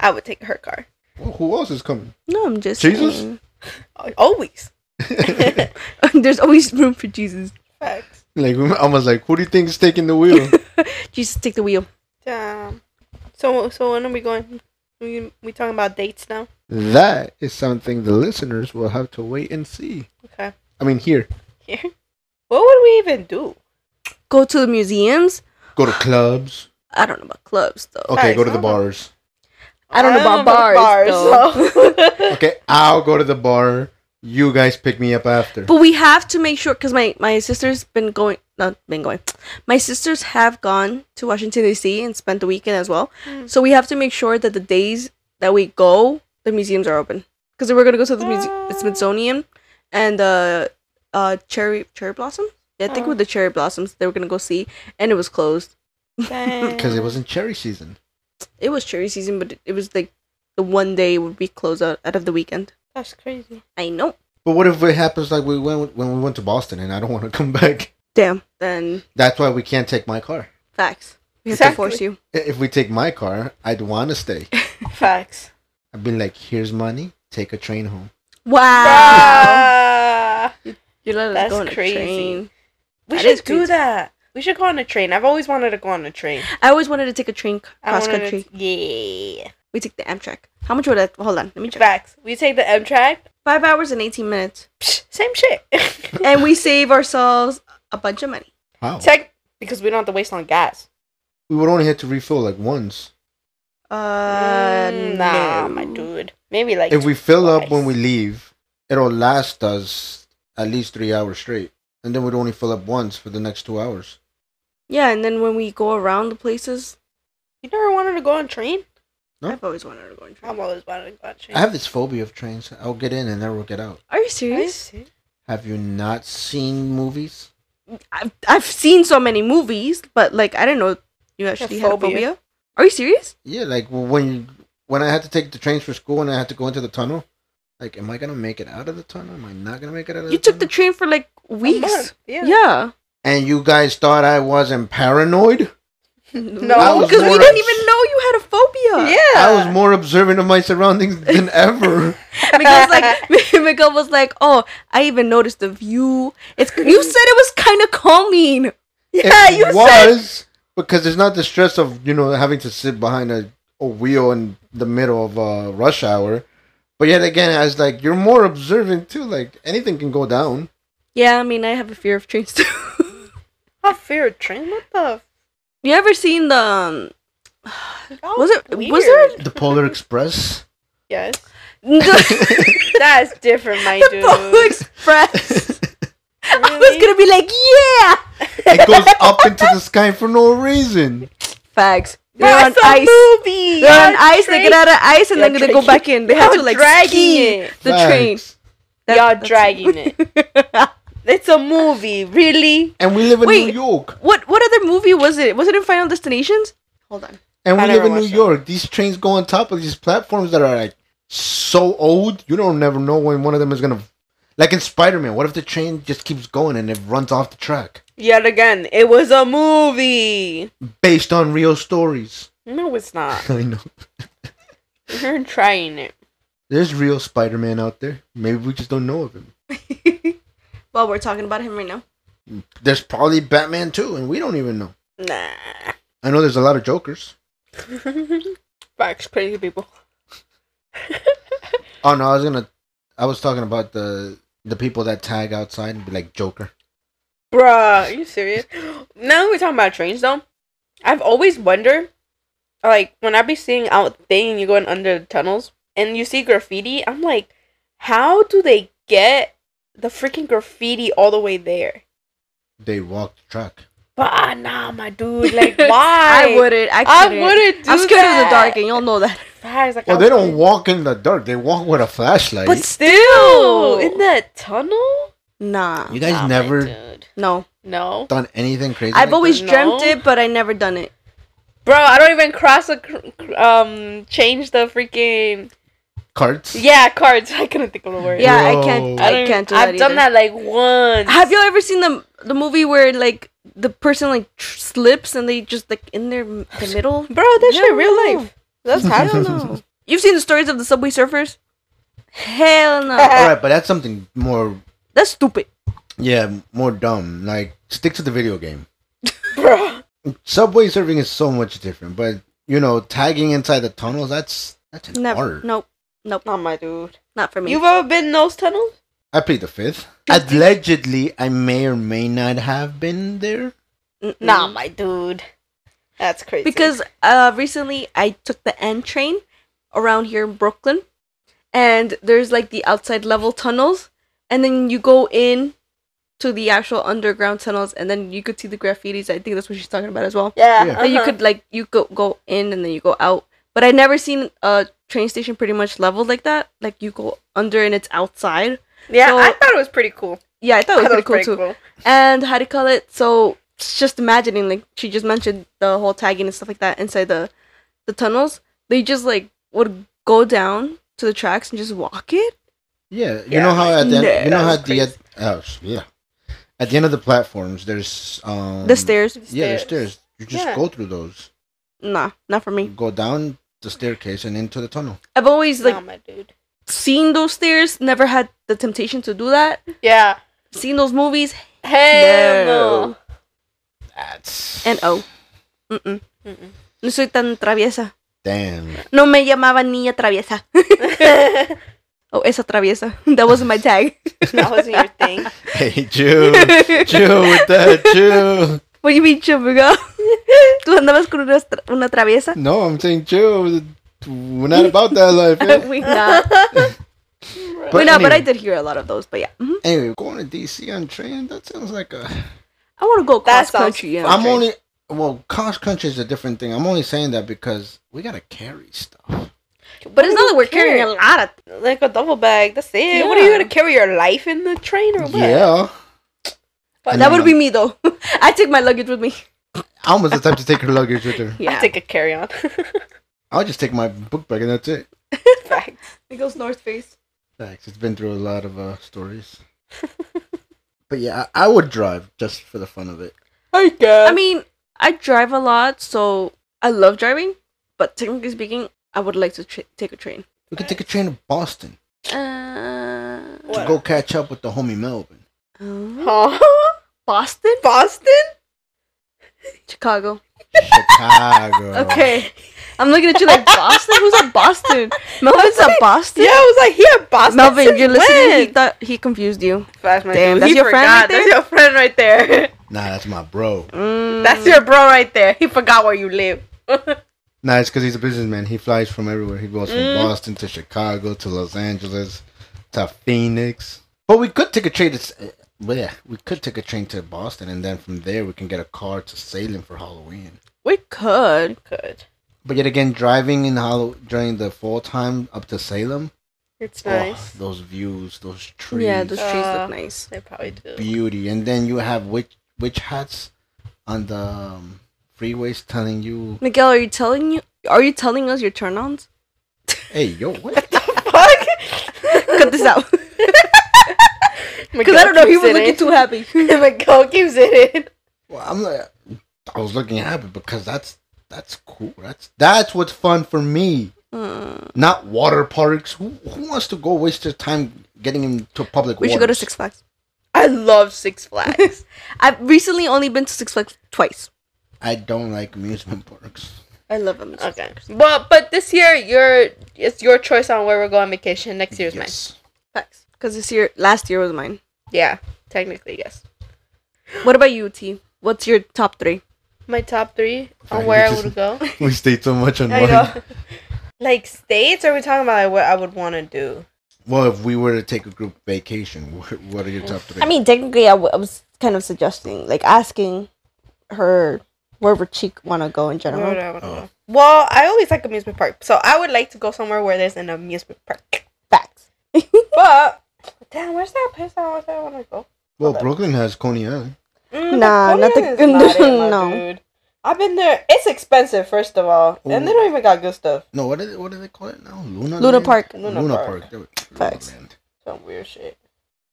Speaker 3: I would take her car.
Speaker 1: Who- Who else is coming?
Speaker 2: No, I'm just
Speaker 1: Jesus?
Speaker 2: saying.
Speaker 3: Always.
Speaker 2: There's always room for Jesus.
Speaker 3: Facts.
Speaker 1: Like, we- I was like, who do you think is taking the wheel?
Speaker 2: Jesus, take the wheel.
Speaker 3: Damn. So so when are we going? We we talking about dates now?
Speaker 1: that is something the listeners will have to wait and see.
Speaker 3: Okay.
Speaker 1: I mean, here.
Speaker 3: Here. What would we even do?
Speaker 2: Go to the museums.
Speaker 1: Go to clubs.
Speaker 2: I don't know about clubs though.
Speaker 1: Okay,
Speaker 3: Nice.
Speaker 1: go to the bars.
Speaker 2: I don't know about bars. though.
Speaker 3: so-
Speaker 1: Okay, I'll go to the bar. You guys pick me up after.
Speaker 2: But we have to make sure because my my sister's been going not been going. My sisters have gone to Washington D.C. and spent the weekend as well.
Speaker 3: Mm.
Speaker 2: So we have to make sure that the days that we go, the museums are open because we're gonna go to the, muse- the Smithsonian and the uh, cherry cherry blossom. Yeah, I think
Speaker 3: Oh.
Speaker 2: with the cherry blossoms they were gonna go see, and it was closed.
Speaker 1: Because it wasn't cherry season.
Speaker 2: It was cherry season, but it, it was like the one day would be closed out, out of the weekend.
Speaker 3: That's crazy.
Speaker 2: I know.
Speaker 1: But what if it happens like we went when we went to Boston and I don't want to come back?
Speaker 2: Damn. Then
Speaker 1: That's why we can't take my car.
Speaker 2: facts. We have to
Speaker 3: Exactly.
Speaker 2: force you.
Speaker 1: I- If we take my car, I'd want to stay.
Speaker 3: Facts.
Speaker 1: I've been like, here's money. Take a train home.
Speaker 2: Wow.
Speaker 3: Ah.
Speaker 2: You let us
Speaker 3: That's
Speaker 2: go on a
Speaker 3: crazy.
Speaker 2: train.
Speaker 3: We
Speaker 2: That is
Speaker 3: should do
Speaker 2: crazy.
Speaker 3: that. We should go on a train. I've always wanted to go on a train.
Speaker 2: I always wanted to take a train c-
Speaker 3: I
Speaker 2: cross
Speaker 3: wanted
Speaker 2: country.
Speaker 3: To, yeah.
Speaker 2: We take the Amtrak. How much would that? Hold on, let me check.
Speaker 3: Facts. We take the Amtrak.
Speaker 2: Five hours and eighteen minutes,
Speaker 3: Psh, same shit.
Speaker 2: and we save ourselves a bunch of money.
Speaker 1: How?
Speaker 3: Tech because we don't have to waste on gas.
Speaker 1: we would only have to refill like once.
Speaker 2: Uh,
Speaker 3: Mm, nah,
Speaker 2: no.
Speaker 3: my dude. Maybe like
Speaker 1: If we fill up when we
Speaker 3: twice.
Speaker 1: leave, it'll last us at least three hours straight, and then we'd only fill up once for the next two hours.
Speaker 2: Yeah, and then when we go around the places,
Speaker 3: You never wanted to go on train?
Speaker 1: No.
Speaker 2: I've always wanted to go on train.
Speaker 3: I've always wanted to go on train.
Speaker 1: I have this phobia of trains. I'll get in and never get out.
Speaker 2: Are
Speaker 3: Are
Speaker 2: you
Speaker 3: you
Speaker 2: serious?
Speaker 3: serious?
Speaker 1: Have you not seen movies?
Speaker 2: I've, I've seen so many movies, but like I didn't know you actually had a
Speaker 3: phobia.
Speaker 2: phobia. Are you serious?
Speaker 1: Yeah, like when you, when I had to take the trains for school and I had to go into the tunnel. Like, am I gonna make it out of the tunnel? Am I not gonna make it out of
Speaker 2: You
Speaker 1: the
Speaker 2: took the
Speaker 1: tunnel?
Speaker 2: train for like
Speaker 3: A month,
Speaker 2: weeks.
Speaker 3: Yeah.
Speaker 2: Yeah,
Speaker 1: and you guys thought I wasn't paranoid? I
Speaker 2: no,
Speaker 1: was
Speaker 2: because we
Speaker 1: more-
Speaker 2: didn't even know you had a phobia.
Speaker 3: Yeah.
Speaker 1: I was more observant of my surroundings than ever.
Speaker 2: Miguel's like Miguel was like, "Oh, I even noticed the view. It's you said it was kind of calming."
Speaker 3: yeah,
Speaker 1: it
Speaker 3: you said
Speaker 1: was because there's not the stress of you know having to sit behind a, a wheel in the middle of uh, rush hour. But yet again, I was like, you're more observant too. Like anything can go down.
Speaker 2: Yeah, I mean, I have a fear of trains too.
Speaker 3: I fear a train. What the?
Speaker 2: you ever seen the? Um,
Speaker 3: F-
Speaker 2: Was it-
Speaker 3: Weird.
Speaker 2: was there-
Speaker 1: The Polar Express.
Speaker 3: Yes.
Speaker 2: the
Speaker 3: That's different, my
Speaker 2: the
Speaker 3: dude.
Speaker 2: Polo Express. I was Everyone's gonna be like, yeah.
Speaker 1: It goes up into the sky for no reason.
Speaker 2: Facts.
Speaker 3: Bro,
Speaker 2: They're
Speaker 3: I
Speaker 2: on
Speaker 3: saw a
Speaker 2: ice.
Speaker 3: Movie.
Speaker 2: They're on
Speaker 3: Yeah,
Speaker 2: ice. They
Speaker 3: train-
Speaker 2: get out of ice and
Speaker 3: Yeah,
Speaker 2: then they go
Speaker 3: dragging-
Speaker 2: back in. They have to
Speaker 3: Y'all
Speaker 2: like
Speaker 3: dragging
Speaker 2: ski
Speaker 3: it.
Speaker 2: the train.
Speaker 1: Facts.
Speaker 3: Y'all dragging it.
Speaker 2: it.
Speaker 3: It's a movie, really.
Speaker 1: And we live in New
Speaker 2: Wait.
Speaker 1: York.
Speaker 2: what what other movie was it? Was it in Final Destinations? Hold on.
Speaker 1: And we
Speaker 3: I
Speaker 1: live
Speaker 3: never
Speaker 1: in New
Speaker 3: watched it.
Speaker 1: York. These trains go on top of these platforms that are like so old. You don't never know when one of them is gonna. Like in Spider Man, what if the train just keeps going and it runs off the track?
Speaker 3: Yet again, it was a movie.
Speaker 1: Based on real stories.
Speaker 3: No, it's not.
Speaker 1: I know.
Speaker 3: You're trying it.
Speaker 1: There's real Spider Man out there. Maybe we just don't know of him.
Speaker 2: well, we're talking about him right now.
Speaker 1: There's probably Batman too, and we don't even know.
Speaker 3: Nah.
Speaker 1: I know there's a lot of Jokers.
Speaker 3: Facts, crazy people.
Speaker 1: Oh no, I was gonna. I was talking about the the people that tag outside and be like Joker.
Speaker 3: Bruh, are you serious? Now that we're talking about trains, though, I've always wondered, like, when I be seeing out thing and you're going under the tunnels and you see graffiti, I'm like, how do they get the freaking graffiti all the way there?
Speaker 1: They walk the track.
Speaker 3: Bah, nah, my dude. Like, why?
Speaker 2: I wouldn't. I,
Speaker 3: I
Speaker 2: couldn't.
Speaker 3: wouldn't do
Speaker 2: I'm scared of the
Speaker 3: that.
Speaker 2: dark, and y'all know that.
Speaker 3: Guys, like,
Speaker 1: Well,
Speaker 3: I
Speaker 1: they don't
Speaker 3: wouldn't-
Speaker 1: walk in the dark. They walk with a flashlight.
Speaker 2: But
Speaker 3: Ew,
Speaker 2: still,
Speaker 3: in that tunnel?
Speaker 2: nah,
Speaker 1: you guys
Speaker 3: Nah, my
Speaker 1: never
Speaker 3: dude.
Speaker 2: no.
Speaker 3: No.
Speaker 1: done anything crazy. like
Speaker 2: I've
Speaker 1: that?
Speaker 2: always
Speaker 3: No?
Speaker 2: dreamt it, but I never done it.
Speaker 3: Bro, I don't even cross a cr- cr- um change the freaking
Speaker 1: cards.
Speaker 3: yeah cards. I couldn't think of the word.
Speaker 2: Yeah,
Speaker 1: Bro.
Speaker 2: I can't.
Speaker 1: I
Speaker 2: I,
Speaker 3: don't-
Speaker 2: can't do
Speaker 3: I've
Speaker 2: that.
Speaker 3: done
Speaker 2: either.
Speaker 3: that like once.
Speaker 2: Have you ever seen the the movie where like the person like tr- slips and they just like in their the middle?
Speaker 3: bro? That
Speaker 2: Yeah,
Speaker 3: shit real
Speaker 2: no.
Speaker 3: life. That's
Speaker 2: I
Speaker 3: how.
Speaker 2: don't know. You've seen the stories of the subway surfers? Hell no.
Speaker 1: All right, but that's something more.
Speaker 2: That's stupid.
Speaker 1: Yeah, more dumb. Like stick to the video game.
Speaker 3: bro.
Speaker 1: Subway surfing is so much different, but you know, tagging inside the tunnels. That's that's an
Speaker 2: Never.
Speaker 1: art.
Speaker 2: Nope.
Speaker 3: Not my dude.
Speaker 2: Not for me.
Speaker 3: You've ever been in those tunnels?
Speaker 1: I played the fifth. Allegedly, I may or may not have been there.
Speaker 2: Mm-mm.
Speaker 3: Nah, my dude. That's crazy.
Speaker 2: Mm-hmm. because uh recently I took the N train around here in Brooklyn and there's like the outside level tunnels and then you go in to the actual underground tunnels and then you could see the graffitis. I think that's what she's talking about as well.
Speaker 3: yeah,
Speaker 1: Yeah.
Speaker 2: That you
Speaker 3: uh-huh.
Speaker 2: could like you go go in and then you go out. But I never seen a train station pretty much leveled like that. Like you go under and it's outside.
Speaker 3: Yeah,
Speaker 2: so-
Speaker 3: I thought it was pretty cool.
Speaker 2: Yeah, I thought it
Speaker 3: I
Speaker 2: was
Speaker 3: thought
Speaker 2: pretty cool too. And how do you call it? So it's just imagining, like she just mentioned, the whole tagging and stuff like that inside the the tunnels. They just like would go down to the tracks and just walk it.
Speaker 1: Yeah, you
Speaker 3: Yeah,
Speaker 1: know how at the
Speaker 3: nah,
Speaker 1: you know
Speaker 3: that
Speaker 1: how
Speaker 3: was
Speaker 1: at the end, oh, sh- yeah, at the end of the platforms, there's um
Speaker 2: The stairs,
Speaker 1: Yeah, the stairs. You just
Speaker 3: Yeah.
Speaker 1: go through those.
Speaker 2: nah, not for
Speaker 1: You
Speaker 2: me.
Speaker 1: go down the staircase and into the tunnel.
Speaker 2: I've always like
Speaker 3: nah, my dude.
Speaker 2: seen those stairs, never had the temptation to do that.
Speaker 3: Yeah.
Speaker 2: Seen those movies
Speaker 3: Hell
Speaker 2: No.
Speaker 3: no.
Speaker 1: That's
Speaker 2: and oh, mm
Speaker 3: Mm-mm.
Speaker 2: no soy tan traviesa.
Speaker 1: damn.
Speaker 2: No me llamaban niña traviesa.
Speaker 3: that
Speaker 2: Oh, esa traviesa. That wasn't my tag.
Speaker 3: wasn't your thing.
Speaker 1: Hey, Jew, Jew with that Jew.
Speaker 2: What do you mean, chumbigo? Tú andabas con una, tra- una traviesa.
Speaker 1: No, I'm saying Jew. We're not about that life. eh?
Speaker 2: we not.
Speaker 1: But,
Speaker 2: Wait, no, but I
Speaker 1: anyway-
Speaker 2: did hear a lot of those. But yeah, Mhm.
Speaker 1: Anyway, going to DC on train. That sounds like a.
Speaker 2: I want to go
Speaker 3: That
Speaker 2: cross
Speaker 3: sounds
Speaker 2: country. Yeah,
Speaker 1: am only well, cross country is a different thing. I'm only saying that because we gotta carry stuff.
Speaker 2: but it's not that we're carrying a lot of.
Speaker 3: like a double bag. That's it. What are you
Speaker 2: Yeah.
Speaker 3: gonna carry your life in the train or what?
Speaker 1: Yeah,
Speaker 3: But
Speaker 1: And
Speaker 2: that
Speaker 1: then
Speaker 2: would be me though. I take my luggage with me.
Speaker 1: Alma's the type to take her luggage with her.
Speaker 2: Yeah,
Speaker 3: I'll take a carry on.
Speaker 1: I'll just take my book bag and that's it.
Speaker 3: Facts.
Speaker 2: it goes North Face.
Speaker 1: Thanks. It's been through a lot of uh, stories. but yeah, I, I would drive just for the fun of it.
Speaker 3: I guess.
Speaker 2: I mean, I drive a lot, so I love driving. But technically speaking, I would like to tra- take a train.
Speaker 1: We could take a train to Boston
Speaker 2: Uh,
Speaker 1: to go catch up with the homie Melvin.
Speaker 2: oh,
Speaker 3: Huh?
Speaker 2: Boston,
Speaker 3: Boston?
Speaker 2: Chicago.
Speaker 1: Chicago.
Speaker 2: Okay, I'm looking at you like Boston. Who's at Boston? Melvin's at Boston.
Speaker 3: Yeah, I was like, yeah, Boston.
Speaker 2: Melvin,
Speaker 3: since
Speaker 2: you're listening. He
Speaker 3: when?
Speaker 2: thought he confused you.
Speaker 3: That's my
Speaker 2: Damn,
Speaker 3: dude.
Speaker 2: that's
Speaker 3: He
Speaker 2: your friend right
Speaker 3: That's your friend right there.
Speaker 1: Nah, that's my bro.
Speaker 2: Mm.
Speaker 3: That's your bro right there. He forgot where you live.
Speaker 1: Nah, it's because he's a businessman. He flies from everywhere. He goes from
Speaker 3: Mm.
Speaker 1: Boston to Chicago to Los Angeles to Phoenix. But we could take a train. To, But yeah, we could take a train to Boston, and then from there we can get a car to Salem for Halloween.
Speaker 3: We could. Could.
Speaker 1: But yet again, driving in Hall- during the fall time up to Salem,
Speaker 3: It's
Speaker 1: oh,
Speaker 3: nice.
Speaker 1: those views, those trees,
Speaker 2: Yeah, those trees
Speaker 3: Uh,
Speaker 2: look nice.
Speaker 3: They probably do.
Speaker 1: beauty, and then you have witch witch hats on the um, freeways telling you,
Speaker 2: Miguel, are you telling you? Are you telling us your turn-ons?
Speaker 1: "Hey, yo, what?"
Speaker 2: Cut this out, because
Speaker 3: Because
Speaker 2: I don't know. He was looking too happy.
Speaker 3: My girl keeps it in.
Speaker 1: well, I'm like, I was looking at it because that's that's cool. That's that's what's fun for me.
Speaker 2: Mm,
Speaker 1: Not water parks. Who, who wants to go waste their time getting into public?
Speaker 2: we should go to
Speaker 1: waters?
Speaker 2: Six Flags.
Speaker 3: I love Six Flags.
Speaker 2: I've recently only been to Six Flags twice.
Speaker 1: I don't like amusement parks.
Speaker 2: I love them.
Speaker 3: okay. Well, but this year your it's your choice on where we're going on vacation. Next year's mine.
Speaker 2: Facts. Because this year, last year was mine.
Speaker 3: Yeah, technically yes.
Speaker 2: What about you, T? What's your top three?
Speaker 3: My top three on
Speaker 1: Fine,
Speaker 3: where I
Speaker 1: just-
Speaker 3: would go.
Speaker 1: we stayed so much on
Speaker 3: I know. Like states? Are we talking about like, what I would want to do?
Speaker 1: Well, if we were to take a group vacation, what, what are your top three?
Speaker 2: mean, technically, I, w- I was kind of suggesting, like, asking her where would she want to go in
Speaker 3: Where would I wanna
Speaker 1: Oh.
Speaker 3: go? Well, I always like amusement park, so I would like to go somewhere where there's an amusement park.
Speaker 2: Facts.
Speaker 3: But damn, where's that place I want I want to go?
Speaker 1: well, Brooklyn has Coney Island.
Speaker 3: Mm, but
Speaker 2: Nah,
Speaker 3: Coney
Speaker 2: not the-
Speaker 3: Island's not it, my
Speaker 2: no.
Speaker 3: dude. I've been there. It's expensive, first of all, and they
Speaker 1: Ooh.
Speaker 3: don't even got good stuff.
Speaker 1: No, what is it, what do they call it now? Luna.
Speaker 2: Luna
Speaker 1: Land?
Speaker 2: Park.
Speaker 1: Luna,
Speaker 3: Luna
Speaker 1: Park.
Speaker 3: Park.
Speaker 1: There we- Luna
Speaker 2: Facts.
Speaker 1: Land.
Speaker 3: Some weird shit.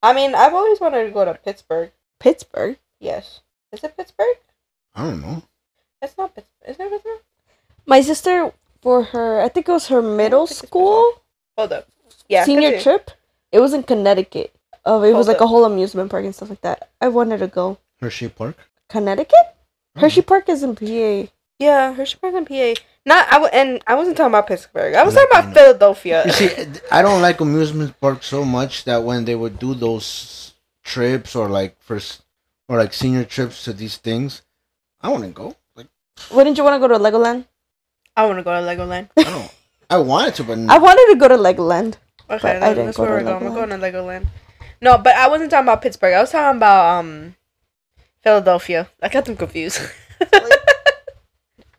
Speaker 3: I mean, I've always wanted to go to Pittsburgh.
Speaker 2: Pittsburgh.
Speaker 3: Yes, is it Pittsburgh?
Speaker 1: I don't know.
Speaker 3: It's not Pittsburgh. Is it Pittsburgh?
Speaker 2: My sister, for her, I think it was her middle
Speaker 3: think it's
Speaker 2: school
Speaker 3: Hold up. Yeah,
Speaker 2: senior
Speaker 3: continue.
Speaker 2: trip, it was in Connecticut. Oh, it was
Speaker 3: Hold
Speaker 2: like a
Speaker 3: up.
Speaker 2: whole amusement park and stuff like that. I wanted to go.
Speaker 1: Hershey Park.
Speaker 2: Connecticut?
Speaker 1: I don't
Speaker 2: Hershey
Speaker 1: know.
Speaker 2: Park is in PA.
Speaker 3: Yeah, Hershey Park and PA. Not I w- and I wasn't talking about Pittsburgh. I was
Speaker 1: Like,
Speaker 3: talking about
Speaker 1: I know.
Speaker 3: Philadelphia.
Speaker 1: You see, I don't like amusement parks so much that when they would do those trips or like first or like senior trips to these things, I want to go. Like
Speaker 2: Wouldn't you want to go to Legoland?
Speaker 3: I want to go to Legoland.
Speaker 1: I don't. I wanted to, but
Speaker 2: I wanted to go to Legoland.
Speaker 3: Okay,
Speaker 2: I
Speaker 3: that-
Speaker 2: didn't
Speaker 3: that's
Speaker 2: go
Speaker 3: where we're
Speaker 2: to
Speaker 3: going. We're going to Legoland. No, but I wasn't talking about Pittsburgh. I was talking about um Philadelphia. I got them confused.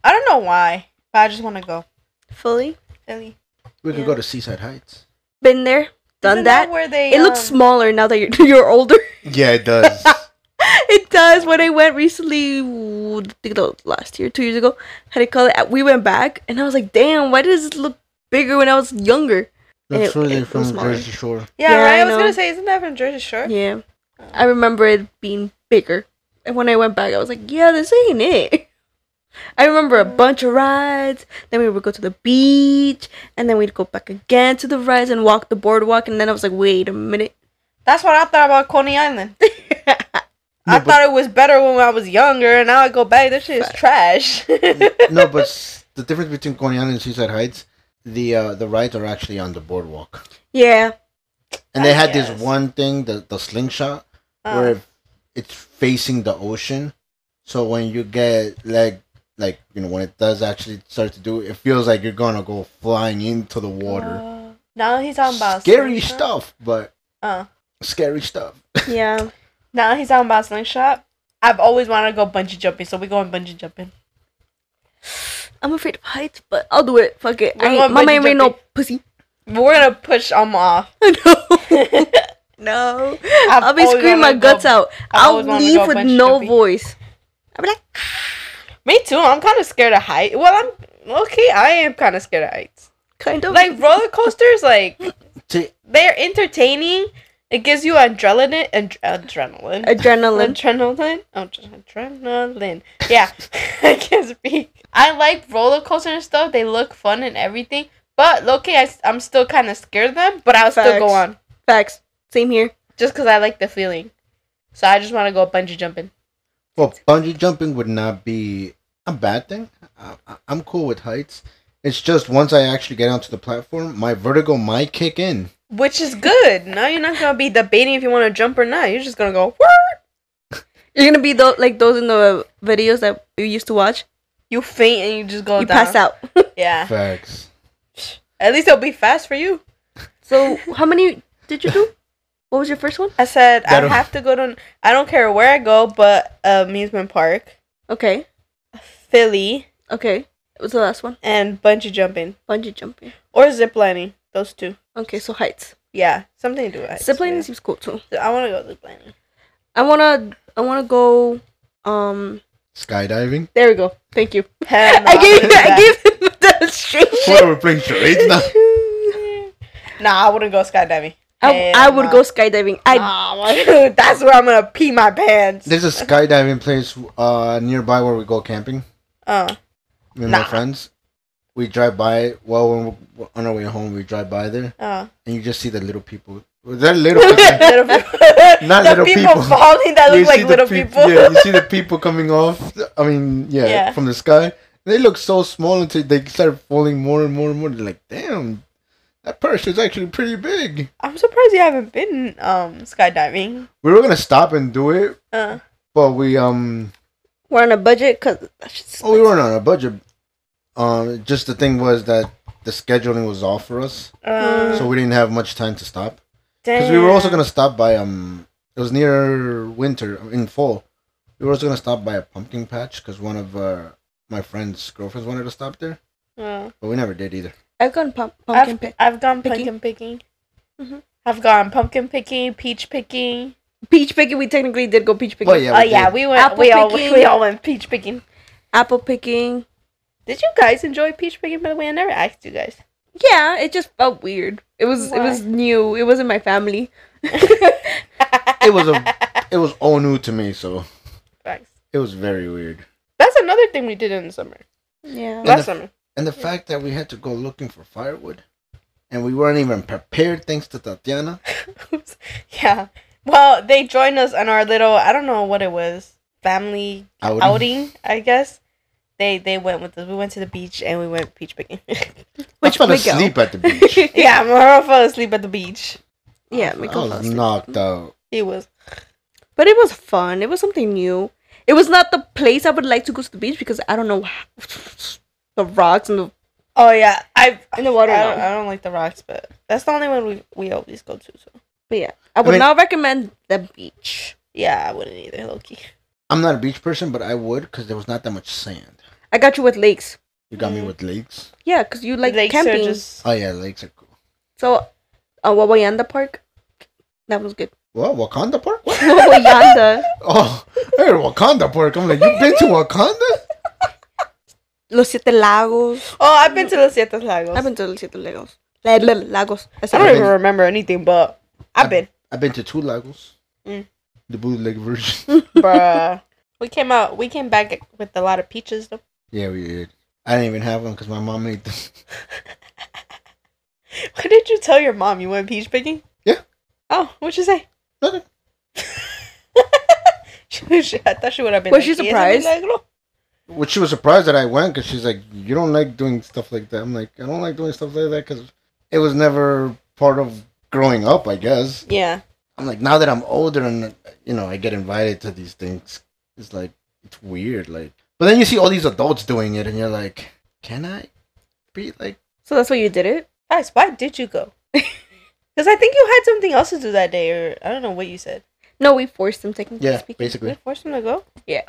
Speaker 3: I don't know why, but I just want to go
Speaker 2: Fully
Speaker 3: Philly.
Speaker 1: we could
Speaker 3: yeah.
Speaker 1: go to Seaside Heights.
Speaker 2: been there, done
Speaker 3: Isn't
Speaker 2: that.
Speaker 3: where they
Speaker 2: it looks
Speaker 3: um,
Speaker 2: smaller now that you're, you're older.
Speaker 1: Yeah, it does.
Speaker 2: it does. When I went recently, ooh, I think that was last year, two years ago, how do you call it? We went back, and I was like, "Damn, why does this look bigger when I was younger?" And
Speaker 1: That's
Speaker 2: it-
Speaker 1: where they're
Speaker 2: it was
Speaker 1: from
Speaker 2: smaller.
Speaker 1: Jersey Shore.
Speaker 3: Yeah,
Speaker 2: Yeah,
Speaker 3: right.
Speaker 2: I
Speaker 3: I, was
Speaker 2: know.
Speaker 3: gonna say, isn't that from Jersey Shore?
Speaker 2: Yeah, I remember it being bigger, and when I went back, I was like, "Yeah, this ain't it." I remember a bunch of rides. Then we would go to the beach, and then we'd go back again to the rides and walk the boardwalk. And then I was like, "Wait a minute."
Speaker 3: That's what I thought about Coney Island. I
Speaker 1: No, but-
Speaker 3: thought it was better when I was younger, and now I go back. This shit is trash.
Speaker 1: no, but s- the difference between Coney Island and Seaside Heights, the uh, the rides are actually on the boardwalk,
Speaker 2: Yeah,
Speaker 1: and they
Speaker 3: I
Speaker 1: had
Speaker 3: guess.
Speaker 1: this one thing, the the slingshot,
Speaker 3: Uh,
Speaker 1: where if it's facing the ocean. So when you get like like you know when it does actually start to do, it feels like you're gonna go flying into the water.
Speaker 3: Uh, now he's talking about
Speaker 1: scary
Speaker 3: slingshot.
Speaker 1: stuff, but
Speaker 3: Uh,
Speaker 1: scary stuff.
Speaker 2: yeah.
Speaker 3: now he's talking about slingshot. I've always wanted to go bungee jumping, so we're going bungee jumping.
Speaker 2: I'm afraid of heights, but I'll do it. Fuck it.
Speaker 3: We're
Speaker 2: I ain't,
Speaker 3: going
Speaker 2: mama
Speaker 3: bungee
Speaker 2: ain't made no
Speaker 3: jumping.
Speaker 2: pussy.
Speaker 3: But we're gonna push him off.
Speaker 2: no. no.
Speaker 3: I've
Speaker 2: I'll be
Speaker 3: always
Speaker 2: screaming my
Speaker 3: wanted to go-
Speaker 2: guts out.
Speaker 3: I've
Speaker 2: I'll
Speaker 3: always wanted to
Speaker 2: leave
Speaker 3: go
Speaker 2: with
Speaker 3: bungee
Speaker 2: no
Speaker 3: jumping.
Speaker 2: voice. I'll be like,
Speaker 3: Me too. I'm kind of scared of heights. Well, I'm okay. I am kind of scared of heights.
Speaker 2: kind of.
Speaker 3: Like roller coasters, like
Speaker 1: See,
Speaker 3: they're entertaining. It gives you adrenaline and adrenaline.
Speaker 2: adrenaline.
Speaker 3: Adrenaline. Oh, just adrenaline. Yeah, I can't speak. I like roller coasters and stuff. They look fun and everything. But Loki, I, am still kind of scared of them. But I'll still go
Speaker 2: Facts.
Speaker 3: on
Speaker 2: Facts. Same here.
Speaker 3: just because I like the feeling. So I just want to go bungee jumping.
Speaker 1: well, bungee jumping would not be a bad thing. I, I, I'm cool with heights. It's just once I actually get onto the platform, my vertigo might kick in.
Speaker 3: Which is good. Now you're not gonna be debating if you want to jump or not. You're just gonna go. "Whirr."
Speaker 2: You're gonna be tho- like those in the videos that you used to watch.
Speaker 3: You faint and you just go.
Speaker 2: you
Speaker 3: down.
Speaker 2: pass out.
Speaker 3: Yeah.
Speaker 1: Facts.
Speaker 3: At least it'll be fast for you.
Speaker 2: so how many did you do? What was your first one?
Speaker 3: I said
Speaker 1: That'll-
Speaker 3: I have to go to. I don't care where I go, but amusement park,
Speaker 2: Okay.
Speaker 3: Philly,
Speaker 2: Okay. What's the last one?
Speaker 3: and bungee jumping
Speaker 2: Bungee jumping.
Speaker 3: or zip lining. Those two.
Speaker 2: Okay, so heights.
Speaker 3: Yeah, something to do. with
Speaker 2: Zip lining
Speaker 3: heights,
Speaker 2: seems cool too.
Speaker 3: yeah. I want to go zip lining.
Speaker 2: I wanna I wanna go um
Speaker 1: Skydiving?
Speaker 2: there we go. Thank you.
Speaker 3: Hell no,
Speaker 2: I
Speaker 3: I'm
Speaker 2: gave
Speaker 3: gonna do
Speaker 2: I
Speaker 3: that.
Speaker 2: gave him the straight
Speaker 1: What
Speaker 2: shit.
Speaker 1: are we playing charades now?
Speaker 3: Nah, I wouldn't go skydiving.
Speaker 2: I,
Speaker 3: Hell
Speaker 2: I would
Speaker 3: no.
Speaker 2: go skydiving. I
Speaker 3: Nah, that's where I'm gonna pee my pants.
Speaker 1: There's a skydiving place uh, nearby where we go camping.
Speaker 3: Uh,
Speaker 1: Me and
Speaker 3: Nah.
Speaker 1: my friends. We drive by. Well, when we're on our way home, we drive by there,
Speaker 3: uh.
Speaker 1: and you just see the little people. They're little people.
Speaker 3: Little people.
Speaker 1: Not
Speaker 3: the
Speaker 1: little
Speaker 3: people,
Speaker 1: people.
Speaker 3: falling that
Speaker 1: You
Speaker 3: look
Speaker 1: see
Speaker 3: like
Speaker 1: the
Speaker 3: little
Speaker 1: peop-
Speaker 3: people.
Speaker 1: Yeah, you see the people coming off. the- I mean, yeah,
Speaker 3: Yeah.
Speaker 1: from the sky. They look so small until they start falling more and more and more. They're like, damn, that parachute's actually pretty big.
Speaker 3: I'm surprised you haven't been um skydiving.
Speaker 1: We were gonna stop and do it,
Speaker 3: Uh,
Speaker 1: but we um,
Speaker 2: we're on a budget because
Speaker 1: oh, we weren't on a budget. Um, just the thing was that the scheduling was off for us,
Speaker 3: uh,
Speaker 1: so we didn't have much time to stop. Because we were also gonna stop by um, it was near winter in fall. We were also gonna stop by a pumpkin patch because one of uh, my friend's girlfriends wanted to stop there.
Speaker 3: Uh,
Speaker 1: But we never did either.
Speaker 2: I've gone pump, pumpkin
Speaker 3: I've,
Speaker 2: pick.
Speaker 3: I've gone
Speaker 2: picking.
Speaker 3: pumpkin picking.
Speaker 2: Mhm.
Speaker 3: I've gone pumpkin picking, peach picking.
Speaker 2: Peach picking. We technically did go peach picking.
Speaker 1: Well, yeah,
Speaker 3: oh
Speaker 1: we
Speaker 3: yeah,
Speaker 1: did.
Speaker 3: we went.
Speaker 2: Apple
Speaker 3: we all
Speaker 2: picking.
Speaker 3: we all went peach picking.
Speaker 2: Apple picking.
Speaker 3: Did you guys enjoy peach picking? By the way, I never asked you guys.
Speaker 2: Yeah, it just felt weird. It was it was new. It wasn't my family.
Speaker 1: It was a, it was all new to me, so
Speaker 3: Thanks.
Speaker 1: it was very weird.
Speaker 3: That's another thing we did in the summer.
Speaker 2: Yeah.
Speaker 3: Last
Speaker 1: the-
Speaker 3: summer.
Speaker 1: And the fact that we had to go looking for firewood, and we weren't even prepared, thanks to Tatiana.
Speaker 3: yeah. Well, they joined us on our little I don't know what it was family
Speaker 1: Outing.
Speaker 3: outing. I guess they they went with us. We went to the beach and we went peach picking.
Speaker 1: I fell
Speaker 2: Miguel?
Speaker 1: asleep at the beach.
Speaker 3: yeah, Moro fell asleep at the beach.
Speaker 2: Yeah,
Speaker 1: I
Speaker 2: Miguel fell
Speaker 1: Oh, was
Speaker 2: asleep.
Speaker 1: knocked out.
Speaker 3: He was.
Speaker 2: But it was fun. It was something new. It was not the place I would like to go to the beach because I don't know the rocks and the
Speaker 3: Oh yeah, I
Speaker 2: In the water,
Speaker 3: I don't,
Speaker 2: no.
Speaker 3: I don't like the rocks, but that's the only one we we always go to. So
Speaker 2: but yeah. I would
Speaker 1: mean-
Speaker 2: not recommend the beach.
Speaker 3: yeah, I wouldn't either, Loki.
Speaker 1: I'm not a beach person, but I would because there was not that much sand.
Speaker 2: I got you with lakes.
Speaker 1: You got me
Speaker 3: Mm.
Speaker 1: with lakes.
Speaker 2: Yeah, because you like
Speaker 3: Lakes are
Speaker 2: camping.
Speaker 3: just-
Speaker 1: Oh yeah, lakes are cool.
Speaker 2: So, uh, Wawayanda Park. That was good.
Speaker 1: What Wakanda Park? What?
Speaker 2: Wawayanda.
Speaker 1: Oh, hey, Wakanda Park. I'm like, you've been to Wakanda?
Speaker 2: Los Siete Lagos.
Speaker 3: Oh, I've been to Los Siete Lagos.
Speaker 2: I've been to Los Siete Lagos. La- la- Lagos.
Speaker 3: I
Speaker 2: I said
Speaker 3: don't
Speaker 2: it.
Speaker 3: even remember anything, but I've been,
Speaker 1: I've been to two Lagos.
Speaker 3: Mm.
Speaker 1: The bootleg version.
Speaker 3: bruh. We came out. We came back with a lot of peaches though.
Speaker 1: yeah, we did. I didn't even have one because my mom made them.
Speaker 3: Why did you tell your mom you went peach picking?
Speaker 1: Yeah.
Speaker 3: Oh, what'd you say?
Speaker 1: Nothing.
Speaker 3: She, she, I thought she would have been.
Speaker 2: Was
Speaker 3: like,
Speaker 2: she
Speaker 3: "Yes,
Speaker 2: surprised?"
Speaker 3: milagro."
Speaker 1: Which she was surprised that I went because she's like, "You don't like doing stuff like that." I'm like, "I don't like doing stuff like that because it was never part of growing up." I guess
Speaker 3: Yeah.
Speaker 1: I'm like, now that I'm older and you know I get invited to these things, it's like it's weird. Like, but then you see all these adults doing it, and you're like, "Can I be like?"
Speaker 2: So that's why you did it?
Speaker 3: Guys, why did you go? Because I think you had something else to do that day, or I don't know what you said.
Speaker 2: No, we forced them technically
Speaker 1: Yeah,
Speaker 2: speaking.
Speaker 3: Did we
Speaker 1: basically.
Speaker 3: force him to go?
Speaker 2: Yeah.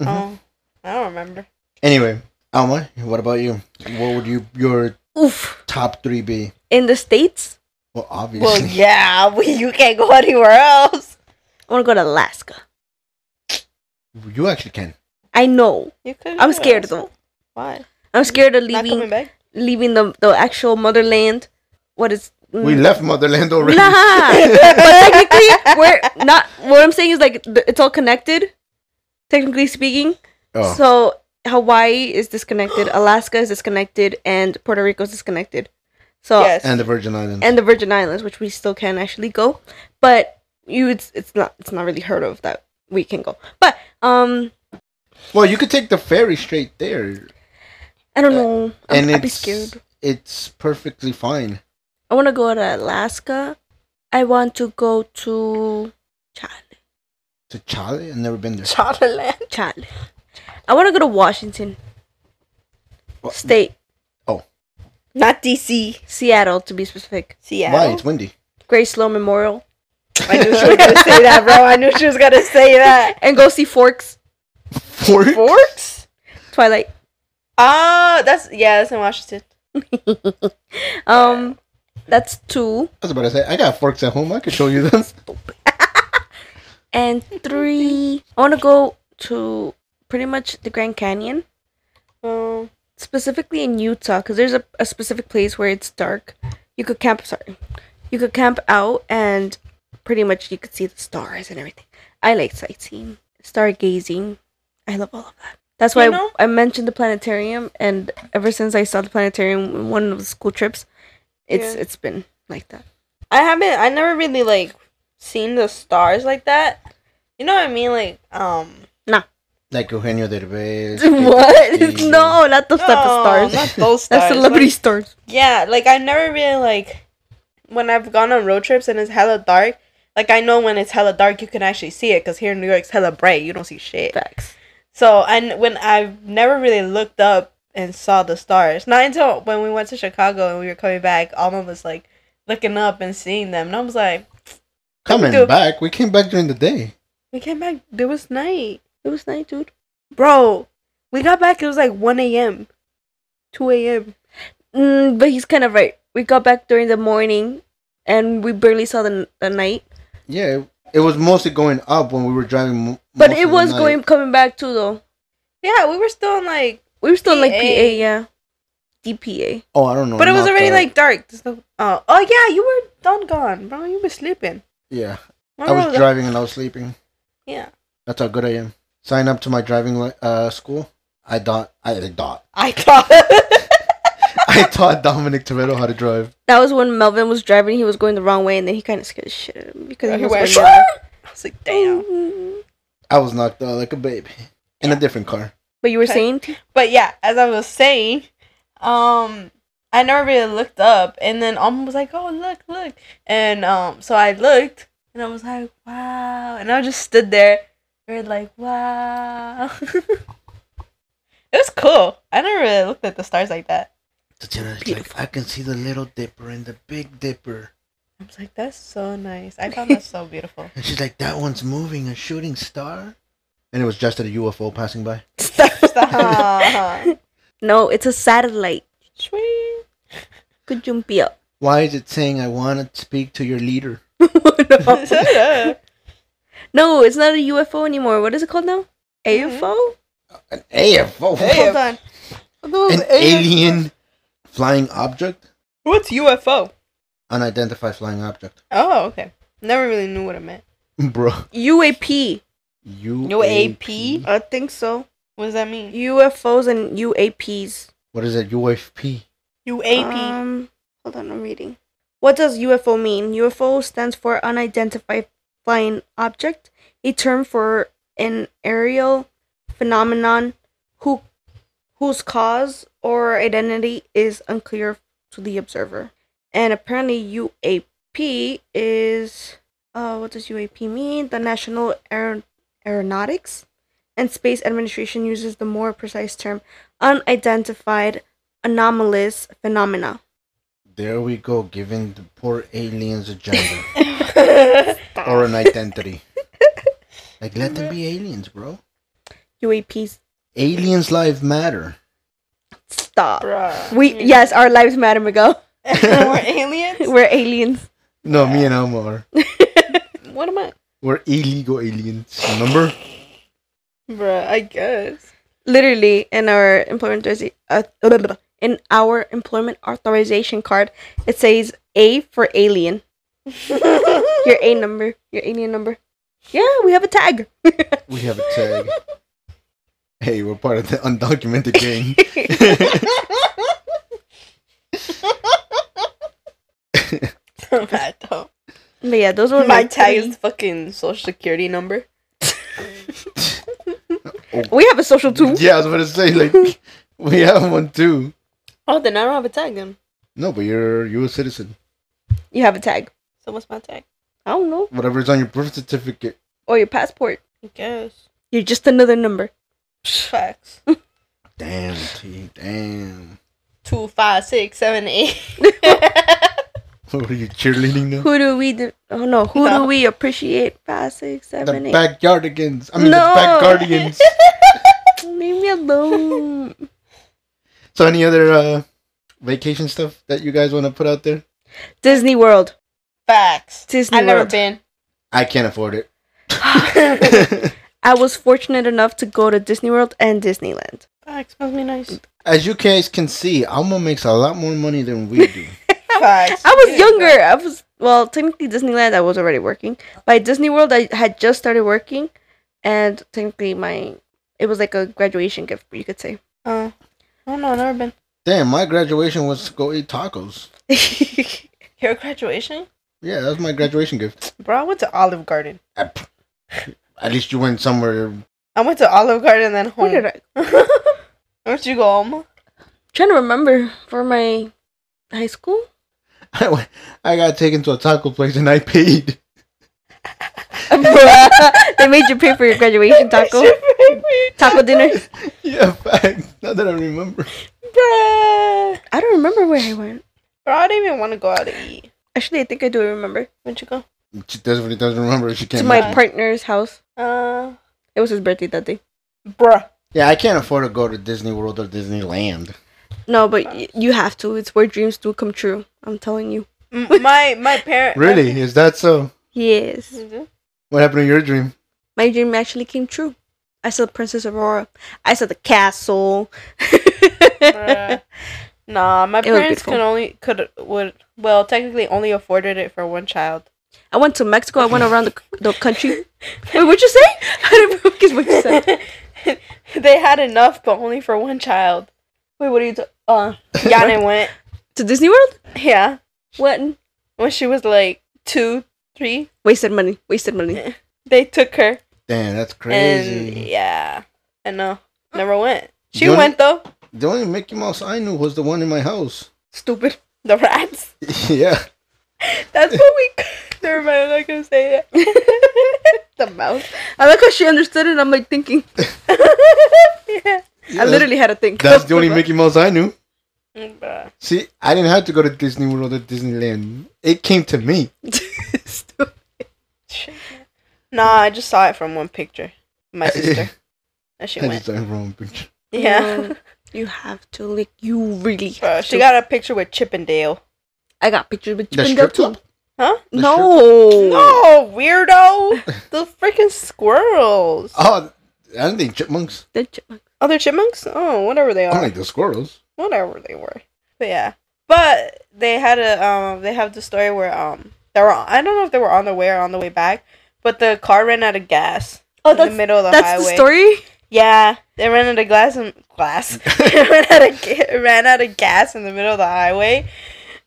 Speaker 1: Mhm.
Speaker 3: Oh, I don't remember.
Speaker 1: Anyway, Alma, what about you? What would you your
Speaker 2: Oof.
Speaker 1: top three be?
Speaker 2: In the States,
Speaker 1: Well,
Speaker 3: Well,
Speaker 1: obviously,
Speaker 3: yeah, we, you can't go anywhere else.
Speaker 2: I want to go to Alaska.
Speaker 1: you actually can.
Speaker 2: I know.
Speaker 3: You could.
Speaker 2: I'm scared though.
Speaker 3: Why?
Speaker 2: I'm scared of
Speaker 3: Not coming
Speaker 2: leaving
Speaker 3: back.
Speaker 2: leaving the the actual motherland. What is
Speaker 1: We
Speaker 2: mm,
Speaker 1: left motherland already.
Speaker 2: Nah. but technically, we're not. What I'm saying is like th- it's all connected, technically speaking.
Speaker 1: Oh.
Speaker 2: So Hawaii is disconnected, Alaska is disconnected, and Puerto Rico is disconnected. So
Speaker 3: yes.
Speaker 1: and the Virgin Islands.
Speaker 2: and the Virgin Islands, which we still can actually go, but you it's it's not it's not really heard of that we can go. But um,
Speaker 1: Well, you could take the ferry straight there,
Speaker 2: I don't know. I'm,
Speaker 1: Uh, and
Speaker 2: I'd be
Speaker 1: it's
Speaker 2: scared.
Speaker 1: it's perfectly fine.
Speaker 2: I want to go to Alaska. I want to go to Chile.
Speaker 1: To Chile, I've never been there.
Speaker 3: Chocolate.
Speaker 2: Chile. I want to go to Washington
Speaker 1: Well,
Speaker 2: State,
Speaker 3: Not DC.
Speaker 1: Oh,
Speaker 2: Seattle to be specific.
Speaker 3: Seattle.
Speaker 1: Why? It's windy.
Speaker 2: Grace Sloan Memorial.
Speaker 3: I knew she was gonna say that, bro. I knew she was gonna say that.
Speaker 2: and go see Forks,
Speaker 1: Fork?
Speaker 3: Forks?
Speaker 2: Twilight.
Speaker 3: Ah, that's yeah, that's in Washington.
Speaker 2: Um, that's two
Speaker 1: I was about to say, I got forks at home. I could show you them.
Speaker 2: and three. I want to go to pretty much the Grand Canyon,
Speaker 3: Um,
Speaker 2: specifically in Utah, because there's a, a specific place where it's dark. You could camp. Sorry, you could camp out and pretty much you could see the stars and everything. I like sightseeing, stargazing. I love all of that. That's why
Speaker 3: You know-
Speaker 2: I mentioned the planetarium, and ever since I saw the planetarium in one of the school trips, it's
Speaker 3: Yeah.
Speaker 2: it's been like that.
Speaker 3: I haven't. I never really like seen the stars like that. You know what I mean? Like, um,
Speaker 1: Like Eugenio Derbez.
Speaker 2: what?
Speaker 1: Pete
Speaker 2: no, not those type
Speaker 3: no,
Speaker 2: of stars.
Speaker 3: Oh, Not those stars.
Speaker 2: That's celebrity
Speaker 3: Like,
Speaker 2: stars.
Speaker 3: yeah, like I never really like when I've gone on road trips and it's hella dark. Like I know when it's hella dark, you can actually see it because here in New York, it's hella bright. You don't see shit.
Speaker 2: Facts.
Speaker 3: So and when I've never really looked up and saw the stars. Not until when we went to Chicago and we were coming back, Alma was like looking up and seeing them, and I was like,
Speaker 1: Coming
Speaker 3: Dude.
Speaker 1: back. We came back during the day.
Speaker 3: "We came back. There was night."
Speaker 2: It was nice, dude.
Speaker 3: Bro, we got back. It was like 1 a.m., 2 a.m.
Speaker 2: Mm, but he's kind of right. We got back during the morning, and we barely saw the, the night.
Speaker 1: Yeah, it, it was mostly going up when we were driving. mo-
Speaker 2: But
Speaker 1: most
Speaker 2: it
Speaker 1: of the
Speaker 2: was
Speaker 1: night.
Speaker 2: going coming back too, though.
Speaker 3: Yeah, we were still in like,
Speaker 2: We were still in, like
Speaker 3: PA.
Speaker 2: PA, yeah, DPA.
Speaker 1: Oh, I don't know.
Speaker 3: but it was
Speaker 1: about
Speaker 3: already
Speaker 1: that.
Speaker 3: like dark. There's no- oh, oh yeah, you were done gone, bro. You were sleeping.
Speaker 1: Yeah,
Speaker 3: My
Speaker 1: I was
Speaker 3: brother-
Speaker 1: driving and I was sleeping.
Speaker 3: Yeah,
Speaker 1: That's how good I am. Sign up to my driving li- uh, school. I thought I thought
Speaker 3: I thought.
Speaker 1: I taught Dominic Toretto how to drive.
Speaker 2: That was when Melvin was driving. He was going the wrong way, and then he kind of scared the shit out of me because he
Speaker 3: He
Speaker 2: was
Speaker 3: went,
Speaker 2: like,
Speaker 3: "Sure!" I was like, damn.
Speaker 2: "Mm."
Speaker 1: I was knocked out like a baby in a different car.
Speaker 2: But you were
Speaker 3: Okay.
Speaker 2: saying
Speaker 3: But yeah, as I was saying, um, I never really looked up, and then Alma was like, "Oh, look, look," and um, so I looked, and I was like, "Wow," and I just stood there, and like, "Wow." it was cool. I never really looked at the stars like that.
Speaker 1: Tatiana's like,
Speaker 2: Beautiful.
Speaker 1: I can see the Little Dipper and the Big Dipper.
Speaker 3: I was like, "That's so nice." I found that so beautiful.
Speaker 1: And she's like, that one's moving, a shooting star. And it was just a UFO passing by.
Speaker 3: Stop.
Speaker 2: no, it's a satellite.
Speaker 3: Sweet.
Speaker 2: Could jump you up?
Speaker 1: Why is it saying, I want to speak to your leader?
Speaker 2: no.
Speaker 3: Shut up.
Speaker 2: No, it's not a UFO anymore. What is it called now? AFO?
Speaker 1: An AFO?
Speaker 3: Hold on.
Speaker 1: An alien flying object?
Speaker 3: What's UFO?
Speaker 1: Unidentified flying object.
Speaker 3: Oh, okay. Never really knew what it meant.
Speaker 1: Bro.
Speaker 2: UAP.
Speaker 1: UAP?
Speaker 2: E, I think so.
Speaker 3: What does that mean?
Speaker 2: UFOs and UAPs.
Speaker 1: What is it? UFP?
Speaker 3: UAP.
Speaker 2: Um, hold on, I'm reading. What does UFO mean? UFO stands for unidentified flying object, a term for an aerial phenomenon who whose cause or identity is unclear to the observer. And apparently UAP is uh what does UAP mean? The National Aer- Aeronautics and Space Administration uses the more precise term unidentified anomalous phenomena.
Speaker 1: There we go, giving the poor aliens a gender or
Speaker 3: or
Speaker 1: an identity. like, let them be aliens, bro.
Speaker 2: UAPs
Speaker 1: Aliens' lives matter.
Speaker 2: stop.
Speaker 3: Bruh.
Speaker 2: We
Speaker 1: Mm.
Speaker 2: yes, our lives matter, Miguel.
Speaker 3: We're aliens?
Speaker 2: We're aliens.
Speaker 1: No, me and Elmo are.
Speaker 3: what am I?
Speaker 1: We're illegal aliens. Remember?
Speaker 3: Bruh, I guess.
Speaker 2: Literally in our employment authoriza- uh, blah, blah, blah. in our employment authorization card, it says A for alien. Your A number, your alien number. Yeah, we have a tag.
Speaker 1: We have a tag. Hey, we're part of the undocumented gang.
Speaker 3: I don't.
Speaker 2: But yeah, those were
Speaker 3: My
Speaker 2: like
Speaker 3: tag
Speaker 2: three.
Speaker 3: is fucking social security number.
Speaker 2: We have a social too.
Speaker 1: yeah, I was about to say like we have one too.
Speaker 3: Oh, then I don't have a tag then.
Speaker 1: No, but you're you're a citizen.
Speaker 2: You have a tag.
Speaker 3: So what's my tag?
Speaker 2: I don't know.
Speaker 1: Whatever's on your birth certificate.
Speaker 2: Or your passport.
Speaker 3: I guess.
Speaker 2: You're just another number.
Speaker 3: Facts.
Speaker 1: Damn, T. Damn.
Speaker 3: Two, five, six, seven, eight.
Speaker 1: What are you cheerleading now?
Speaker 2: Who do we? Do, oh no, who do we appreciate? Five, six, seven,
Speaker 1: The
Speaker 2: eight.
Speaker 1: backyardigans. I mean
Speaker 2: No.
Speaker 1: the backyardigans.
Speaker 2: Leave me alone.
Speaker 1: so any other uh, vacation stuff that you guys want to put out there?
Speaker 2: Disney World.
Speaker 3: Facts.
Speaker 2: Disney
Speaker 3: I've never
Speaker 2: World.
Speaker 3: been.
Speaker 1: I can't afford it.
Speaker 2: I was fortunate enough to go to Disney World and Disneyland.
Speaker 3: Facts must be nice.
Speaker 1: As you guys can see, Alma makes a lot more money than we do.
Speaker 3: Facts.
Speaker 2: I was younger. I was well, technically Disneyland. I was already working. By Disney World, I had just started working, and technically my it was like a graduation gift, you could say.
Speaker 3: Uh, I don't know. I've never been.
Speaker 1: Damn, my graduation was to go eat tacos.
Speaker 3: Your graduation,
Speaker 1: Yeah, that was my graduation gift.
Speaker 3: bro. I went to Olive Garden.
Speaker 1: At at least you went somewhere.
Speaker 3: I went to Olive Garden and then home.
Speaker 2: Where did I?
Speaker 3: Where'd you go home?
Speaker 2: trying to remember for my high school.
Speaker 1: I, went- I got taken to a taco place and I paid.
Speaker 2: they made you pay for your graduation taco taco dinner.
Speaker 1: Yeah, fact. Now that I remember.
Speaker 3: Bruh.
Speaker 2: I don't remember where I went.
Speaker 3: Bro, I didn't even want to go out to eat.
Speaker 2: Actually, I think I do remember.
Speaker 3: Where'd you go?
Speaker 1: She definitely doesn't remember. She can't.
Speaker 2: to my
Speaker 1: imagine.
Speaker 2: partner's house.
Speaker 3: Uh,
Speaker 2: It was his birthday that day.
Speaker 3: bruh.
Speaker 1: yeah, I can't afford to go to Disney World or Disneyland.
Speaker 2: No, but y- you have to. It's where dreams do come true. I'm telling you.
Speaker 3: M- my my parent.
Speaker 1: Really? Is that so?
Speaker 2: Yes.
Speaker 1: What happened to your dream?
Speaker 2: My dream actually came true. I saw Princess Aurora. I saw the castle.
Speaker 3: Bruh. Nah, my
Speaker 2: It was
Speaker 3: parents
Speaker 2: beautiful.
Speaker 3: can only could would well technically only afforded it for one child.
Speaker 2: I went to Mexico. I went around the, the country. Wait, what'd you say? I didn't focus what you said.
Speaker 3: they had enough, but only for one child. Wait, what are you? T- uh, Yana went.
Speaker 2: To Disney World?
Speaker 3: Yeah,
Speaker 2: What?
Speaker 3: when she was like two, three,
Speaker 2: Wasted money. Wasted money.
Speaker 3: they took her,
Speaker 1: Damn, that's crazy.
Speaker 3: and yeah, I know. Never went. She
Speaker 1: You wanna-
Speaker 3: went though.
Speaker 1: The only Mickey Mouse I knew was the one in my house.
Speaker 2: Stupid.
Speaker 3: The rats.
Speaker 1: yeah.
Speaker 3: That's what we. Never mind. I'm not gonna say it. the mouse.
Speaker 2: I like how she understood it. I'm like thinking.
Speaker 3: yeah.
Speaker 1: Yeah,
Speaker 2: I literally had to think.
Speaker 1: That's the only Mickey Mouse I knew.
Speaker 3: Mm, Bruh.
Speaker 1: See, I didn't have to go to Disney World or Disneyland. It came to me.
Speaker 2: Stupid.
Speaker 3: Nah, I just saw it from one picture. My sister. And she
Speaker 1: I
Speaker 3: went.
Speaker 1: just don't wrong picture.
Speaker 3: Yeah.
Speaker 2: You have to like. You really.
Speaker 3: Bro,
Speaker 2: have
Speaker 3: she
Speaker 2: to.
Speaker 3: got a picture with Chippendale.
Speaker 2: I got pictures with
Speaker 1: The
Speaker 2: Chippendale
Speaker 1: strip
Speaker 2: too.
Speaker 1: club?
Speaker 3: Huh?
Speaker 1: The
Speaker 2: No.
Speaker 3: No, weirdo. the freaking squirrels.
Speaker 1: Oh, I don't think chipmunks.
Speaker 2: The chipmunk.
Speaker 3: Other chipmunks? Oh, whatever they
Speaker 1: I don't
Speaker 3: are.
Speaker 1: like the squirrels.
Speaker 3: Whatever they were. But yeah. But they had a um they have the story where um they were I don't know if they were on the way or on the way back, but the car ran out of gas
Speaker 2: Oh,
Speaker 3: in the
Speaker 2: that's
Speaker 3: middle of the
Speaker 2: that's
Speaker 3: highway.
Speaker 2: the story.
Speaker 3: Yeah, they ran out of glass and glass. They ran out of ga- ran out of gas in the middle of the highway,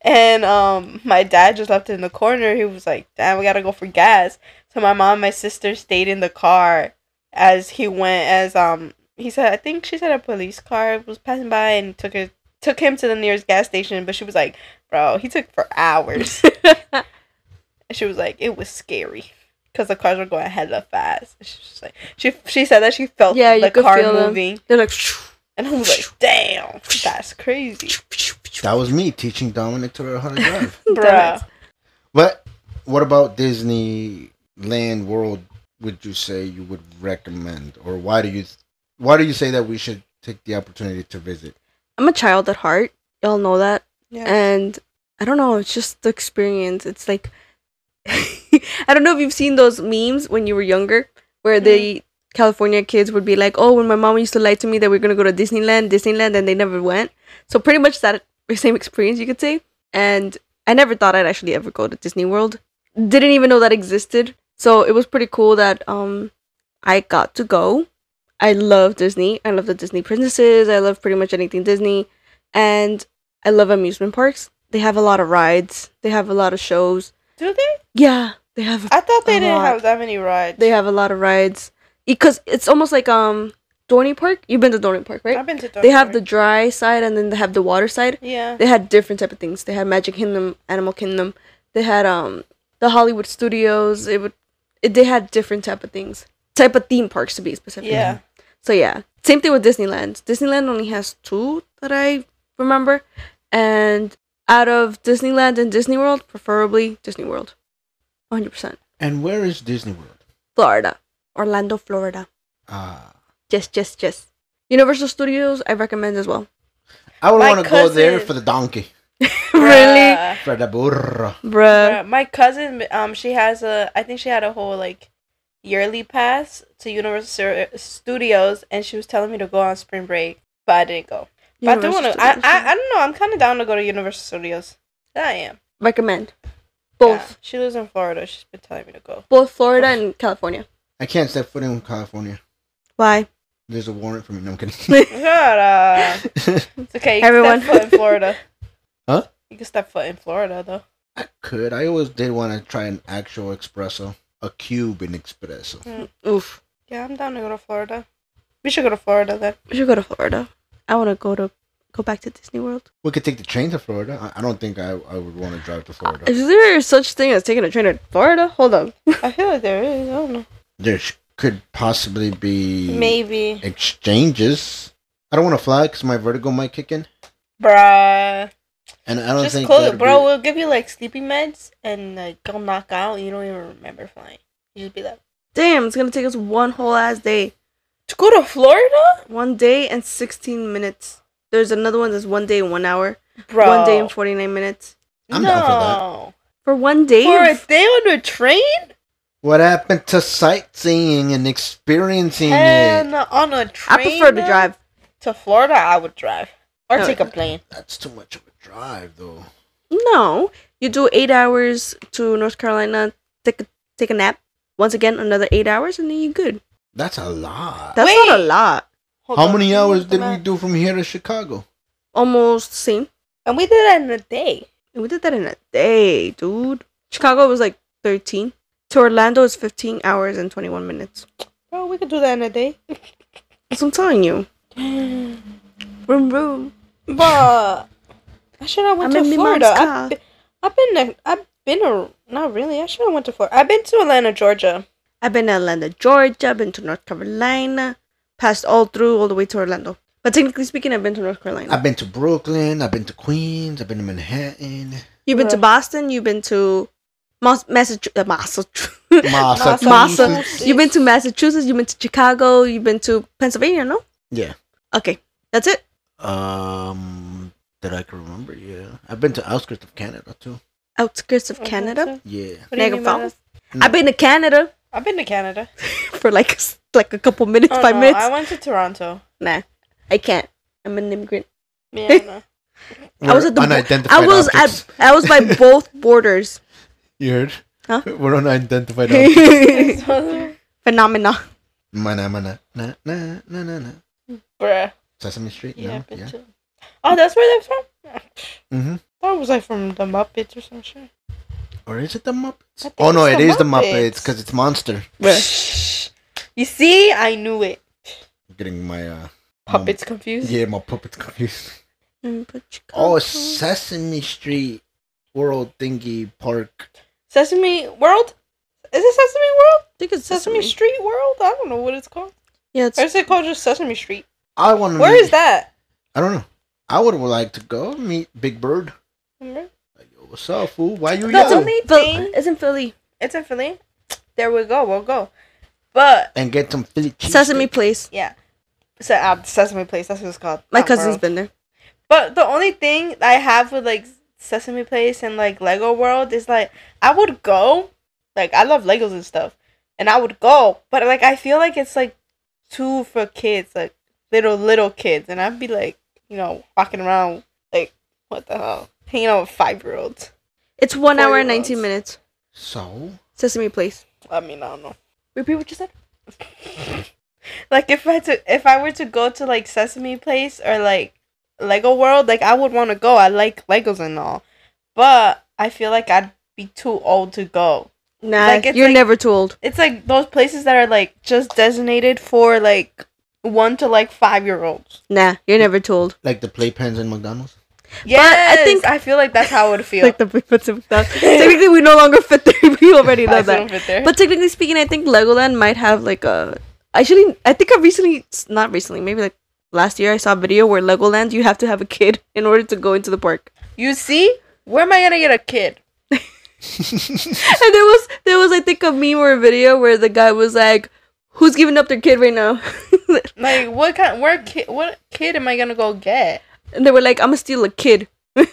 Speaker 3: and um, my dad just left it in the corner. He was like, "Damn, we gotta go for gas." So my mom, and my sister stayed in the car as he went. As um, he said, I think she said a police car was passing by and took her took him to the nearest gas station. But she was like, "Bro, he took for hours." And she was like, it was scary. Because the cars were going hella fast. And She was just like, she she said that she felt
Speaker 2: Yeah, you
Speaker 3: the
Speaker 2: could
Speaker 3: car
Speaker 2: feel them.
Speaker 3: moving,
Speaker 2: They're like.
Speaker 3: and I was like, "Damn, that's crazy,
Speaker 1: That was me teaching Dominic to learn how to drive.
Speaker 3: bruh."
Speaker 1: but what about Disneyland World? Would you say you would recommend, or why do you, why do you say that we should take the opportunity to visit?
Speaker 2: I'm a child at heart. Y'all know that.
Speaker 3: Yeah.
Speaker 2: and I don't know, it's just the experience. It's like I don't know if you've seen those memes when you were younger where
Speaker 3: Mm.
Speaker 2: the California kids would be like, "Oh, when my mom used to lie to me that we are going to go to Disneyland, Disneyland and they never went." So pretty much that same experience you could say. And I never thought I'd actually ever go to Disney World. Didn't even know that existed. So it was pretty cool that um I got to go. I love Disney. I love the Disney princesses. I love pretty much anything Disney. And I love amusement parks. They have a lot of rides. They have a lot of shows.
Speaker 3: Do they?
Speaker 2: Yeah, they have
Speaker 3: I thought they
Speaker 2: A
Speaker 3: didn't
Speaker 2: lot.
Speaker 3: have that many rides.
Speaker 2: they have a lot of rides because it's almost like um Dorney Park. You've been to Dorney Park, right?
Speaker 3: I've been to.
Speaker 2: They have the
Speaker 3: Dorchester.
Speaker 2: dry side and then they have the water side.
Speaker 3: Yeah.
Speaker 2: They had different type of things. They had Magic Kingdom, Animal Kingdom. They had um the Hollywood Studios. It would it, they had different type of things. Type of theme parks to be specific.
Speaker 3: Yeah.
Speaker 2: So yeah, same thing with Disneyland. Disneyland only has two that I remember, and out of Disneyland and Disney World, preferably Disney World. 100%.
Speaker 1: And where is Disney World?
Speaker 2: Florida. Orlando, Florida.
Speaker 1: Ah,
Speaker 2: Yes, yes, yes. Universal Studios, I recommend as well.
Speaker 1: I would
Speaker 3: My
Speaker 1: want to go there
Speaker 3: cousin-
Speaker 1: for the donkey,
Speaker 2: really? Uh,
Speaker 3: Bruh.
Speaker 1: for the burro.
Speaker 2: Bruh.
Speaker 3: Bruh, My cousin, um, she has a. I think she had a whole like yearly pass to Universal uh, Studios, and she was telling me to go on spring break, but I didn't go. But I do want
Speaker 2: Universal
Speaker 3: to. I,
Speaker 2: Studios,
Speaker 3: I I don't know. I'm kind of down to go to Universal Studios. Yeah, I am.
Speaker 2: recommend. Both.
Speaker 3: Yeah, she lives in Florida. She's been telling me to go.
Speaker 2: Both Florida and California.
Speaker 1: I can't step foot in California.
Speaker 2: Why?
Speaker 1: There's a warrant for me. No, I'm kidding.
Speaker 3: God, uh, it's okay. You Everyone. Can
Speaker 2: Everyone.
Speaker 3: step foot in Florida.
Speaker 1: Huh?
Speaker 3: You can step foot in Florida though.
Speaker 1: I could. I always did want to try an actual espresso, a Cuban espresso.
Speaker 3: Mm.
Speaker 2: Oof.
Speaker 3: Yeah, I'm down to go to Florida. We should go to Florida then.
Speaker 2: We should go to Florida. I want to go to go back to Disney World.
Speaker 1: We could take the train to Florida. I, I don't think I, I would want to drive to Florida.
Speaker 2: Is there such thing as taking a train to Florida? Hold on.
Speaker 3: I feel like there is. I don't know.
Speaker 1: There sh- could possibly be
Speaker 3: Maybe.
Speaker 1: exchanges. I don't want to fly because my vertigo might kick in,
Speaker 3: Bruh.
Speaker 1: and I don't
Speaker 3: Just
Speaker 1: think
Speaker 3: close
Speaker 1: that'd
Speaker 3: it, bro.
Speaker 1: be-
Speaker 3: We'll give you like sleeping meds and like go knock out. You don't even remember flying. You just be like,
Speaker 2: Damn, it's gonna take us one whole ass day.
Speaker 3: to go to Florida,
Speaker 2: One day and sixteen minutes. There's another one that's one day and one hour.
Speaker 3: bro.
Speaker 2: One day and forty nine minutes.
Speaker 1: I'm
Speaker 3: no.
Speaker 1: down for
Speaker 2: For one day?
Speaker 3: For
Speaker 2: and
Speaker 3: a day on a train
Speaker 1: What happened to sightseeing and experiencing it?
Speaker 3: and on a train.
Speaker 2: I prefer to drive.
Speaker 3: to Florida. I would drive or
Speaker 2: No.
Speaker 3: take a plane.
Speaker 1: That's too much of a drive, though.
Speaker 2: No, you do eight hours to North Carolina. Take a, take a nap. Once again, another eight hours, and then you're good.
Speaker 1: That's a lot.
Speaker 2: That's not a
Speaker 3: Wait.
Speaker 2: lot.
Speaker 3: Hold
Speaker 1: How
Speaker 3: on,
Speaker 1: many
Speaker 3: let me
Speaker 1: hours
Speaker 3: look the
Speaker 1: did we
Speaker 3: map.
Speaker 1: do from here to Chicago?
Speaker 2: Almost same.
Speaker 3: And we did that in a day.
Speaker 2: We did that in a day, dude. Chicago was like thirteen. To Orlando is fifteen hours and twenty one minutes.
Speaker 3: Bro, we could do that in a day.
Speaker 2: That's what I'm telling you. Room, room.
Speaker 3: But I should have went
Speaker 2: I'm in
Speaker 3: to
Speaker 2: me
Speaker 3: Florida.
Speaker 2: mom's
Speaker 3: I've
Speaker 2: car.
Speaker 3: been, I've been, I've been a, not really. I should have went to Florida. I've been to Atlanta, Georgia.
Speaker 2: I've been to Atlanta, Georgia. I've been to North Carolina. Passed all through all the way to Orlando. But technically speaking, I've been to North Carolina.
Speaker 1: I've been to Brooklyn. I've been to Queens. I've been to Manhattan.
Speaker 2: You've been to
Speaker 3: Right.
Speaker 2: Boston. You've been to Mas- Massachusetts. Uh, Massachusetts.
Speaker 1: Massachusetts.
Speaker 2: Massa. You've been to Massachusetts. You've been to Chicago. You've been to Pennsylvania. No.
Speaker 1: Yeah.
Speaker 2: Okay, that's it.
Speaker 1: Um, that I can remember. Yeah, I've been to outskirts of Canada too.
Speaker 2: Outskirts of Canada.
Speaker 1: Yeah,
Speaker 3: What do you mean by
Speaker 2: Niagara Falls?
Speaker 3: that?
Speaker 1: No.
Speaker 2: I've been to Canada
Speaker 3: I've been to Canada.
Speaker 2: for like s- like a couple minutes,
Speaker 3: Oh,
Speaker 2: five
Speaker 3: no,
Speaker 2: minutes.
Speaker 3: I went to Toronto.
Speaker 2: nah, I can't. I'm an immigrant.
Speaker 3: Yeah, I know.
Speaker 2: I was at the bo-
Speaker 1: unidentified.
Speaker 2: I was
Speaker 1: objects.
Speaker 2: at I was by both borders.
Speaker 1: You heard?
Speaker 2: Huh?
Speaker 1: We're unidentified. objects.
Speaker 2: Phenomena.
Speaker 1: Mana, mana, na, na, na, na, na.
Speaker 3: Bruh.
Speaker 1: Sesame Street.
Speaker 3: Yeah,
Speaker 1: No?
Speaker 3: I've been to. Oh, that's where they're from. I
Speaker 1: Mm-hmm.
Speaker 3: thought it was like from the Muppets or some shit.
Speaker 1: Or is it the Muppets?
Speaker 3: think
Speaker 1: Oh no,
Speaker 3: it's
Speaker 1: it
Speaker 3: the
Speaker 1: is the
Speaker 3: Muppets.
Speaker 1: Muppets because it's Monster.
Speaker 3: You see, I knew it.
Speaker 1: I'm getting my uh,
Speaker 3: Puppets confused.
Speaker 1: yeah, my puppets confused. Oh,
Speaker 2: Oh,
Speaker 1: it's Sesame Street World Thingy Park.
Speaker 3: Sesame World. Is it Sesame World?
Speaker 2: I think it's
Speaker 3: Sesame,
Speaker 2: Sesame.
Speaker 3: Street World? I don't know what it's called.
Speaker 2: Yeah, it's
Speaker 3: Or is it called just Sesame Street?
Speaker 1: I want to.
Speaker 3: Where is that?
Speaker 1: I don't know. I would like to go meet Big Bird.
Speaker 3: Remember?
Speaker 1: Like, yo, what's up, fool? Why you
Speaker 3: That's
Speaker 1: yelling?
Speaker 3: only
Speaker 2: Phil-
Speaker 3: thing.
Speaker 2: isn't Philly
Speaker 3: It's in Philly. There we go. We'll go. But
Speaker 1: and get some Philly cheese
Speaker 2: Sesame
Speaker 1: steak.
Speaker 2: Place.
Speaker 3: yeah, so, uh, Sesame Place. That's what it's called.
Speaker 2: My
Speaker 3: not
Speaker 2: cousin's
Speaker 3: World.
Speaker 2: been there.
Speaker 3: But the only thing I have with like Sesame Place and like Lego World is like I would go, like I love Legos and stuff, and I would go, but like I feel like it's like too for kids, like little little kids, and I'd be like, you know, walking around like what the hell, hanging out with five year olds.
Speaker 2: It's one hour and
Speaker 3: Four-year-olds.
Speaker 2: nineteen minutes.
Speaker 1: So
Speaker 2: Sesame Place.
Speaker 3: I mean, I don't know.
Speaker 2: Repeat what you said.
Speaker 3: Like if I to if I were to go to like Sesame Place or like Lego World, like I would want to go. I like Legos and all, but I feel like I'd be too old to go.
Speaker 2: Nah,
Speaker 3: Like, it's
Speaker 2: you're
Speaker 3: like-
Speaker 2: never too old.
Speaker 3: It's like those places that are like just designated for like one to like five year olds.
Speaker 2: Nah, you're never too old.
Speaker 1: like the playpens in McDonald's.
Speaker 3: Yes, I
Speaker 2: think-
Speaker 3: think I feel like that's how it would feel.
Speaker 2: Like the big bits of stuff. technically, we no longer fit there. We already know
Speaker 3: I
Speaker 2: that.
Speaker 3: don't fit there.
Speaker 2: But technically speaking, I think Legoland might have like a. Actually, I think I recently, not recently, maybe like last year, I saw a video where Legoland you have to have a kid in order to go into the park.
Speaker 3: You see, where am I gonna get a kid?
Speaker 2: And there was there was I think a meme or a video where the guy was like, "Who's giving up their kid right now?"
Speaker 3: Like, what kind? Where kid? What kid am I gonna go get?
Speaker 2: and they were like, "I'm gonna steal a kid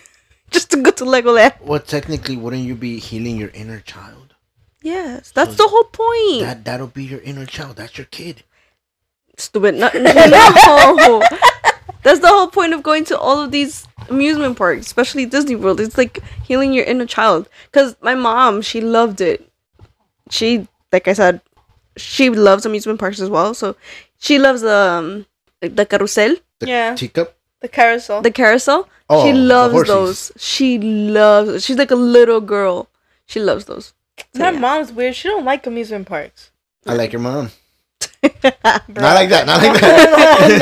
Speaker 2: just to go to Legoland."
Speaker 1: Well, technically, wouldn't you be healing your inner child?
Speaker 2: Yes, that's the whole point.
Speaker 1: That that'll be your inner child. That's your kid.
Speaker 2: Stupid. No, no. that's the whole point of going to all of these amusement parks, especially Disney World. It's like healing your inner child. Cause my mom, she loved it. She, like I said, she loves amusement parks as well. So she loves um the carousel,
Speaker 1: The
Speaker 3: Yeah.
Speaker 1: Teacup.
Speaker 3: The carousel.
Speaker 2: the carousel.
Speaker 1: Oh,
Speaker 2: she
Speaker 1: the
Speaker 2: loves
Speaker 1: horses.
Speaker 2: those. She loves. She's like a little girl. She loves those.
Speaker 3: My
Speaker 2: yeah.
Speaker 3: mom's weird. She don't like amusement parks.
Speaker 1: I like your mom.
Speaker 3: bruh.
Speaker 1: Not like that. Not like that.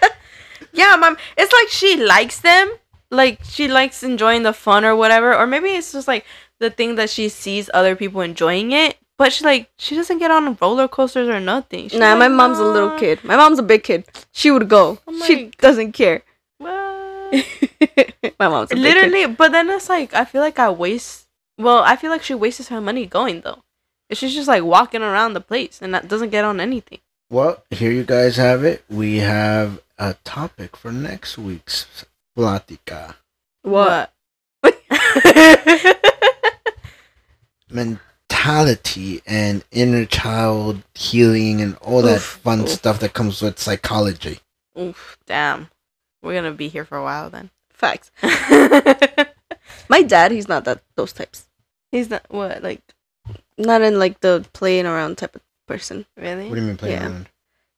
Speaker 2: Oh,
Speaker 3: no. yeah, mom. It's like she likes them. Like she likes enjoying the fun or whatever. Or maybe it's just like the thing that she sees other people enjoying it. But she like she doesn't get on roller coasters or nothing. She's
Speaker 2: Nah,
Speaker 3: like,
Speaker 2: my mom's a little
Speaker 3: "Nah,
Speaker 2: kid. My mom's a big kid. She would go.
Speaker 3: I'm
Speaker 2: she
Speaker 3: like-
Speaker 2: doesn't care.
Speaker 3: what?"
Speaker 2: my mom's a big kid.
Speaker 3: Literally, but then it's like I feel like I waste. Well, I feel like she wastes her money going though. She's just like walking around the place and that doesn't get on anything.
Speaker 1: well, here you guys have it. We have a topic for next week's plática.
Speaker 2: What?
Speaker 1: Mentality and inner child healing and all that
Speaker 3: Oof,
Speaker 1: fun
Speaker 3: oof.
Speaker 1: stuff that comes with psychology.
Speaker 3: Oof, damn. We're gonna be here for a while then.
Speaker 2: Facts. My dad, he's not that those types.
Speaker 3: He's not what like
Speaker 2: Not in like the playing around type of person.
Speaker 3: really.
Speaker 1: What do you mean playing
Speaker 2: Yeah.
Speaker 1: around?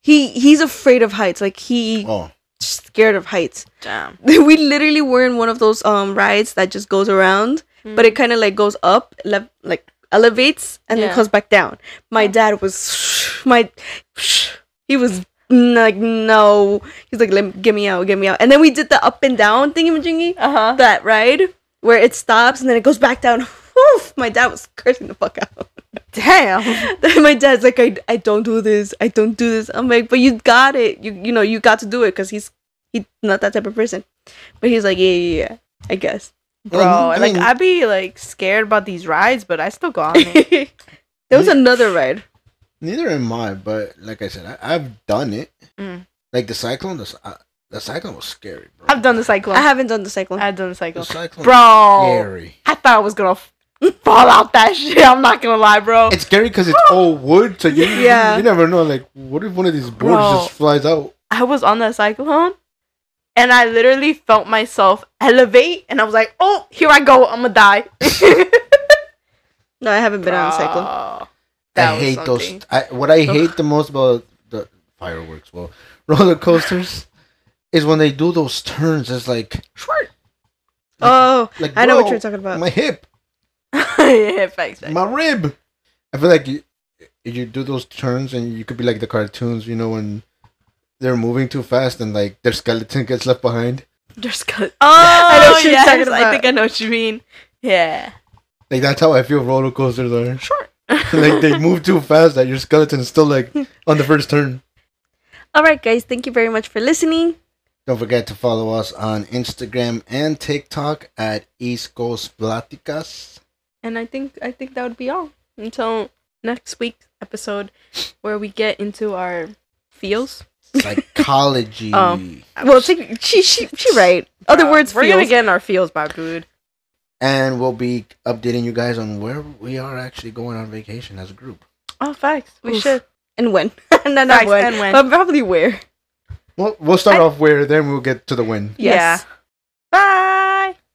Speaker 2: He he's afraid of heights. Like he
Speaker 1: Oh,
Speaker 2: scared of heights.
Speaker 3: Damn.
Speaker 2: we literally were in one of those um rides that just goes around, but it kind of like goes up, lev- like elevates, and
Speaker 3: Hmm. Yeah.
Speaker 2: then comes back down. My
Speaker 3: Oh.
Speaker 2: dad was my he was n- like no, he's like Let, get me out, get me out, and then we did the up and down thingy
Speaker 3: uh huh.
Speaker 2: that ride where it stops and then it goes back down. Oof, my dad was cursing the fuck out.
Speaker 3: Damn.
Speaker 2: my dad's like, I, I don't do this, I don't do this. I'm like, but you got it, you you know, you got to do it because he's he's not that type of person. But he's like, yeah, yeah, yeah, I guess.
Speaker 3: Bro,
Speaker 1: Oh, I
Speaker 3: like
Speaker 1: mean-
Speaker 3: I'd be like scared about these rides, but I still go on it.
Speaker 2: there was another ride.
Speaker 1: neither am I. But like I said, I, I've done it.
Speaker 3: Mm.
Speaker 1: Like the cyclone, the, cy- uh, the cyclone was scary, bro.
Speaker 3: I've done the cyclone.
Speaker 2: I haven't done the cyclone.
Speaker 3: I've done the
Speaker 1: the
Speaker 3: cyclone.
Speaker 1: cyclone. was
Speaker 3: Bro,
Speaker 1: Scary.
Speaker 3: I thought I was gonna f- fall out that shit. I'm not gonna lie, bro.
Speaker 1: It's scary because it's all wood, so you,
Speaker 2: Yeah.
Speaker 1: you never know. Like, what if one of these boards
Speaker 3: Bro.
Speaker 1: just flies out?
Speaker 3: I was on that cyclone and I literally felt myself elevate and I was like, oh, here I go. I'm gonna die.
Speaker 2: No, I haven't been on a cyclone.
Speaker 3: cyclone.
Speaker 1: I hate those. I, what I hate the most about the fireworks, well, roller coasters, is when they do those turns. It's like,
Speaker 2: Oh,
Speaker 1: like
Speaker 2: I know what
Speaker 1: bro,
Speaker 2: you're talking about.
Speaker 1: My hip,
Speaker 3: yeah, facts. facts.
Speaker 1: my rib. I feel like you, you do those turns, and you could be like the cartoons, you know, when they're moving too fast and like their skeleton gets left behind.
Speaker 2: There's cut.
Speaker 3: Oh, I
Speaker 2: know
Speaker 3: know
Speaker 2: what
Speaker 3: what
Speaker 2: you're
Speaker 3: yes,
Speaker 2: talking about.
Speaker 3: I think I know what you mean. Yeah.
Speaker 1: Like that's how I feel roller coasters are.
Speaker 3: Sure.
Speaker 1: like they move too fast that your skeleton's still like on the first turn.
Speaker 2: All right, guys, thank you very much for listening.
Speaker 1: Don't forget to follow us on Instagram and TikTok at East Coast Platicas.
Speaker 3: And I think I think that would be all until next week's episode, where we get into our feels.
Speaker 1: Psychology.
Speaker 3: Um,
Speaker 2: Well, take, she she she right. Other
Speaker 3: Bruh,
Speaker 2: words,
Speaker 3: we're
Speaker 2: feels.
Speaker 3: gonna get in our feels, my dude.
Speaker 1: And we'll be updating you guys on where we are actually going on vacation as a group.
Speaker 3: Oh, facts. We
Speaker 2: Oof.
Speaker 3: should.
Speaker 2: and when? no, not
Speaker 3: Facts,
Speaker 2: when.
Speaker 3: and when.
Speaker 2: But probably where?
Speaker 1: Well, we'll start
Speaker 3: I-
Speaker 1: off where, then we'll get to the win.
Speaker 2: Yes.
Speaker 3: Yeah.